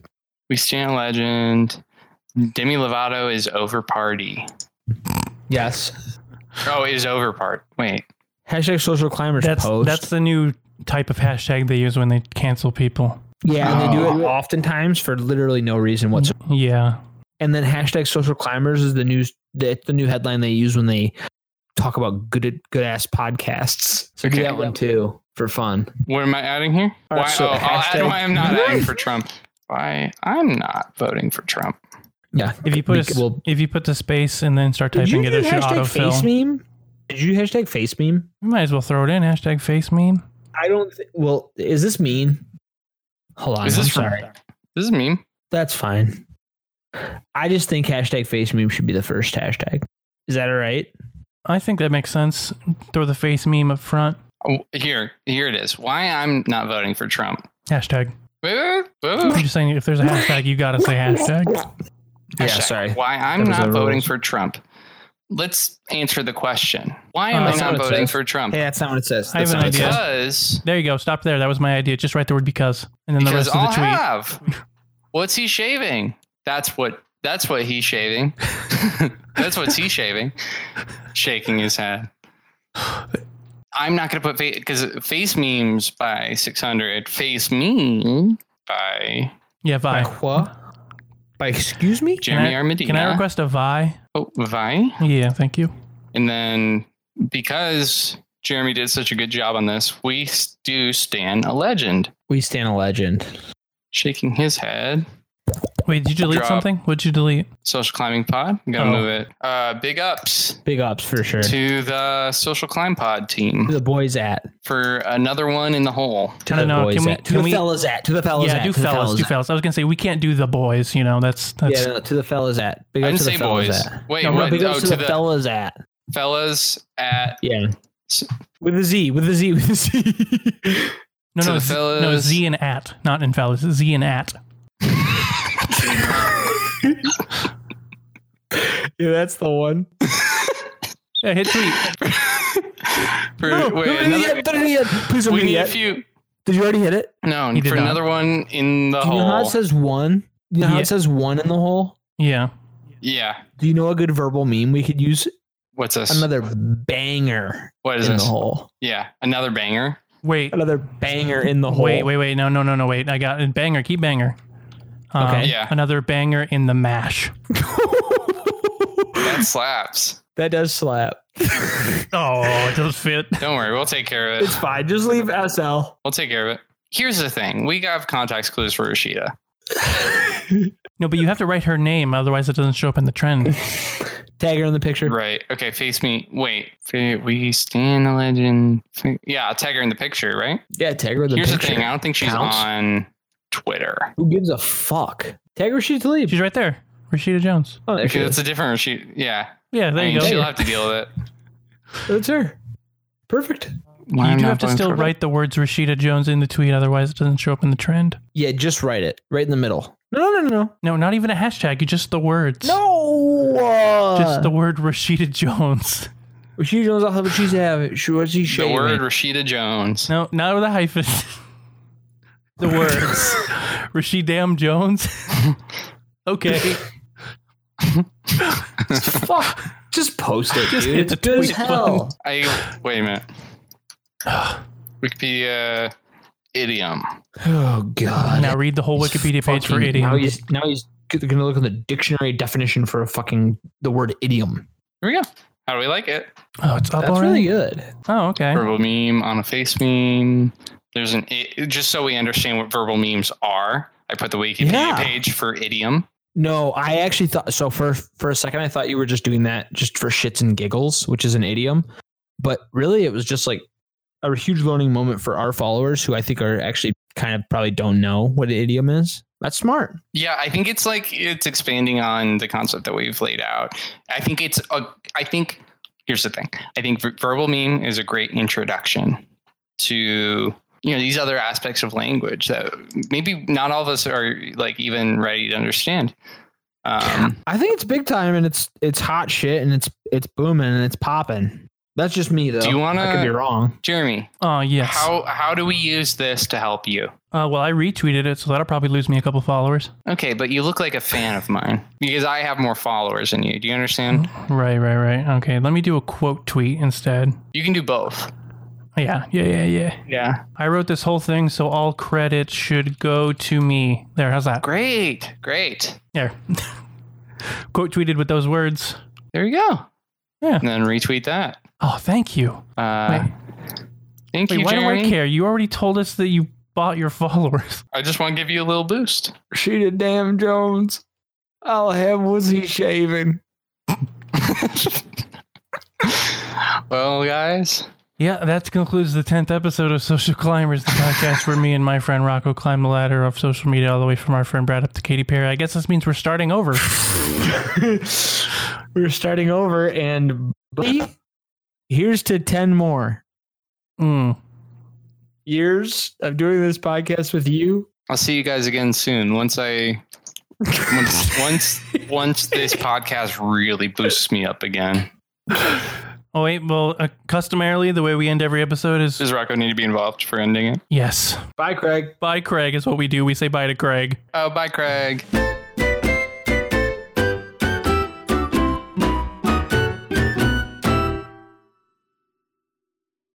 Speaker 3: We stand a legend. Demi Lovato is over party.
Speaker 2: Yes.
Speaker 3: Oh, is over part. Wait.
Speaker 2: Hashtag social climbers
Speaker 1: That's
Speaker 2: post.
Speaker 1: that's the new type of hashtag they use when they cancel people.
Speaker 2: yeah, and they do
Speaker 3: Oh.
Speaker 2: it oftentimes for literally no reason whatsoever.
Speaker 1: Yeah.
Speaker 2: And then hashtag social climbers is the news the, the new headline they use when they talk about good good ass podcasts. So do
Speaker 3: Okay.
Speaker 2: that one too. for fun.
Speaker 3: What am I adding here?
Speaker 4: All right,
Speaker 3: why,
Speaker 4: so
Speaker 3: oh, I'll add
Speaker 4: hashtag-
Speaker 3: why I'm not adding for Trump. Why I'm not voting for Trump.
Speaker 2: Yeah.
Speaker 1: If you put a s-
Speaker 2: well,
Speaker 1: if you put the space and then start typing it, it should autofill.
Speaker 2: face meme? Did you hashtag face meme?
Speaker 1: We might as well throw it in hashtag face meme.
Speaker 2: I don't. Th- well, is this mean? Hold on.
Speaker 3: Is this
Speaker 2: I'm
Speaker 3: from-
Speaker 2: sorry.
Speaker 3: This is meme.
Speaker 2: That's fine. I just think hashtag face meme should be the first hashtag. Is that all right?
Speaker 1: I think that makes sense. Throw the face meme up front.
Speaker 3: Oh, here, here it is. Why I'm not voting for Trump.
Speaker 1: Hashtag.
Speaker 3: Wait, wait, wait, wait,
Speaker 1: I'm
Speaker 3: wait.
Speaker 1: just saying, if there's a hashtag, you gotta say hashtag.
Speaker 2: Yeah,
Speaker 3: Hashtag
Speaker 2: sorry.
Speaker 3: Why I'm
Speaker 2: That was
Speaker 3: not
Speaker 2: our
Speaker 3: voting
Speaker 2: rules.
Speaker 3: for Trump. Let's answer the question. Why am
Speaker 1: Uh,
Speaker 3: I
Speaker 1: that's
Speaker 3: not
Speaker 2: not what it
Speaker 3: voting
Speaker 2: says.
Speaker 3: for Trump?
Speaker 2: Hey, that's not what it says.
Speaker 1: I have
Speaker 2: That's
Speaker 1: an
Speaker 2: not what it
Speaker 1: idea.
Speaker 2: says.
Speaker 3: Because
Speaker 1: There you go. Stop there. That was my idea. Just write the word because, and then the rest
Speaker 3: because
Speaker 1: of the
Speaker 3: I'll
Speaker 1: tweet.
Speaker 3: have. What's he shaving? That's what. That's what he's shaving. that's what's he shaving. Shaking his head. I'm not gonna put face because face memes by 600. Face meme by
Speaker 1: Yeah, Vi.
Speaker 2: By qua? By excuse me?
Speaker 3: Jeremy
Speaker 1: I-
Speaker 3: Armadillo.
Speaker 1: Can I request a Vi?
Speaker 3: Oh, Vi.
Speaker 1: Yeah, thank you.
Speaker 3: And then because Jeremy did such a good job on this, we s- do stand a legend.
Speaker 2: We stand a legend.
Speaker 3: Shaking his head.
Speaker 1: Wait, did you delete
Speaker 3: Drop.
Speaker 1: something? What'd you delete?
Speaker 3: Social climbing pod. I'm gonna
Speaker 1: Oh.
Speaker 3: move it. Uh, big ups
Speaker 2: Big ups for sure.
Speaker 3: to the social climb pod team
Speaker 2: the boys at.
Speaker 3: for another one in the hole.
Speaker 2: To
Speaker 1: I don't
Speaker 2: the
Speaker 1: know,
Speaker 2: boys
Speaker 1: can we-
Speaker 2: at. To
Speaker 1: can
Speaker 2: the
Speaker 1: we-
Speaker 2: fellas at. To the fellas
Speaker 1: yeah,
Speaker 2: at.
Speaker 1: do
Speaker 2: to the
Speaker 1: fellas, do
Speaker 2: at.
Speaker 1: fellas. I was gonna say we can't do the boys. You know, that's that's
Speaker 2: yeah, no, to the fellas at. Big
Speaker 3: I
Speaker 2: ups
Speaker 3: didn't
Speaker 2: to the
Speaker 3: say
Speaker 2: fellas
Speaker 3: boys.
Speaker 2: at.
Speaker 3: Wait,
Speaker 2: No, no,
Speaker 3: what?
Speaker 2: big ups
Speaker 3: oh,
Speaker 2: to, the, fellas at.
Speaker 3: fellas at
Speaker 2: Yeah.
Speaker 3: S-
Speaker 2: With a Z, with a Z, with a Z.
Speaker 1: no,
Speaker 3: to
Speaker 1: no,
Speaker 3: the
Speaker 1: z- no,
Speaker 3: fellas.
Speaker 1: Z and at, not in fellas. Z and at.
Speaker 2: yeah, that's the one.
Speaker 1: Yeah, hit tweet.
Speaker 3: for
Speaker 2: No,
Speaker 3: wait,
Speaker 2: don't hit it
Speaker 3: another-
Speaker 2: yet, don't hit it yet. Please don't
Speaker 3: we
Speaker 2: hit it
Speaker 3: need a
Speaker 2: yet.
Speaker 3: few.
Speaker 2: Did you already hit it?
Speaker 3: No,
Speaker 1: He did
Speaker 3: for
Speaker 1: not.
Speaker 3: another one in the
Speaker 2: Do you know how it
Speaker 3: hole.
Speaker 2: says one? You know how
Speaker 1: Yeah.
Speaker 2: it says one in the hole?
Speaker 1: Yeah,
Speaker 3: yeah.
Speaker 2: Do you know a good verbal meme we could use?
Speaker 3: What's this?
Speaker 2: Another banger
Speaker 3: what is
Speaker 2: in
Speaker 3: this?
Speaker 2: the hole.
Speaker 3: Yeah, another banger.
Speaker 1: wait,
Speaker 2: Another banger in the hole.
Speaker 1: wait, wait, wait. No, no, no, no. Wait, I got it. Banger, keep banger. Um,
Speaker 2: Okay.
Speaker 3: Yeah.
Speaker 1: Another banger in the mash.
Speaker 3: That slaps.
Speaker 2: that does slap.
Speaker 1: Oh, it does fit.
Speaker 3: Don't worry, we'll take care of it.
Speaker 2: It's fine. Just leave SL.
Speaker 3: We'll take care of it. Here's the thing: we have context clues for Rashida.
Speaker 1: No, but you have to write her name, otherwise it doesn't show up in the trend.
Speaker 2: Tag her in the picture.
Speaker 3: Right? Okay. Face me. Wait. Fa- We stand a legend. Fa- Yeah, I'll tag her in the picture. Right.
Speaker 2: Yeah, tag her in the
Speaker 3: Here's
Speaker 2: picture.
Speaker 3: the thing: I don't think she's
Speaker 2: Counts.
Speaker 3: on Tlaib.
Speaker 2: Who gives a fuck? Tag her she leave.
Speaker 1: She's right there, Rashida Jones.
Speaker 2: Oh, there she
Speaker 3: Okay,
Speaker 2: is.
Speaker 3: that's a different Rashida. Yeah.
Speaker 1: Yeah, there
Speaker 3: I
Speaker 1: you
Speaker 3: mean,
Speaker 1: go.
Speaker 3: She'll have to deal with it.
Speaker 2: That's her. Perfect.
Speaker 3: Why
Speaker 1: you
Speaker 3: I'm
Speaker 1: do
Speaker 3: not
Speaker 1: have to
Speaker 3: voting
Speaker 1: still
Speaker 3: for-
Speaker 1: write the words Rashida Jones in the tweet, otherwise it doesn't show up in the trend.
Speaker 2: Yeah, just write it. Right in the middle. No, no, no, no.
Speaker 1: No, not even a hashtag. You just the words.
Speaker 2: No. Uh,
Speaker 1: just the word Rashida Jones.
Speaker 2: She knows all what she's having. She what's she
Speaker 3: the
Speaker 2: shaving?
Speaker 3: word Rashida Jones.
Speaker 1: No, not with a hyphen. the words Rashidam Jones. okay,
Speaker 2: Fuck. Just post it,
Speaker 1: Just
Speaker 2: dude.
Speaker 1: hit
Speaker 2: It's
Speaker 1: the
Speaker 2: good as
Speaker 1: tweet
Speaker 2: hell.
Speaker 3: I wait a minute. Wikipedia idiom.
Speaker 2: Oh god.
Speaker 1: now read the whole Wikipedia page for
Speaker 2: Fucking-
Speaker 1: idiom.
Speaker 2: Now he's now he's gonna look at the dictionary definition for a fucking the word idiom.
Speaker 3: Here we go. How do we like it?
Speaker 1: oh, it's up
Speaker 2: That's
Speaker 1: already.
Speaker 2: really good.
Speaker 1: oh, okay.
Speaker 3: verbal meme on a face meme. There's an it, just so we understand what verbal memes are. I put the Wikipedia
Speaker 2: Yeah.
Speaker 3: page for idiom.
Speaker 2: No, I actually thought so for for a second I thought you were just doing that just for shits and giggles, which is an idiom. But really it was just like a huge learning moment for our followers who I think are actually kind of probably don't know what an idiom is. That's smart.
Speaker 3: Yeah, I think it's like it's expanding on the concept that we've laid out. I think it's a, I think here's the thing. I think ver- verbal meme is a great introduction to you know these other aspects of language that maybe not all of us are like even ready to understand. Um,
Speaker 2: I think it's big time and it's it's hot shit and it's it's booming and it's popping. That's just me though.
Speaker 3: Do you wanna-
Speaker 2: I could be wrong.
Speaker 3: Jeremy,
Speaker 1: Oh, yes.
Speaker 3: how how do we use this to help you?
Speaker 1: uh, well, I retweeted it, so that'll probably lose me a couple followers.
Speaker 3: Okay, but you look like a fan of mine because I have more followers than you. Do you understand?
Speaker 1: Right, right, right. Okay, let me do a quote tweet instead.
Speaker 3: You can do both.
Speaker 1: Yeah, yeah, yeah, yeah.
Speaker 3: Yeah.
Speaker 1: I wrote this whole thing, so all credit should go to me. There, how's that?
Speaker 3: Great. Great.
Speaker 1: There. Quote tweeted with those words.
Speaker 3: There you go.
Speaker 1: Yeah.
Speaker 3: And then retweet that.
Speaker 1: Oh, thank you.
Speaker 3: Uh,
Speaker 1: Wait.
Speaker 3: Thank
Speaker 1: Wait,
Speaker 3: you,
Speaker 1: why do I
Speaker 3: Jeremy.
Speaker 1: care? You already told us that you bought your followers.
Speaker 3: I just want to give you a little boost.
Speaker 2: Rashida Damn Jones. I'll have was he shaving?
Speaker 3: well, guys,
Speaker 1: Yeah, that concludes the tenth episode of Social Climbers, the podcast where me and my friend Rocco climb the ladder of social media all the way from our friend Brad up to Katy Perry. I guess this means we're starting over.
Speaker 2: We're starting over, and buddy, here's to ten more
Speaker 1: Mm.
Speaker 2: years of doing this podcast with you.
Speaker 3: I'll see you guys again soon. Once I, once once, once this podcast really boosts me up again.
Speaker 1: Oh wait, well, uh, customarily the way we end every episode is
Speaker 3: Does Rocco need to be involved for ending it?
Speaker 1: yes.
Speaker 2: Bye, Craig.
Speaker 1: Bye, Craig is what we do. We say bye to Craig.
Speaker 3: Oh, bye, Craig.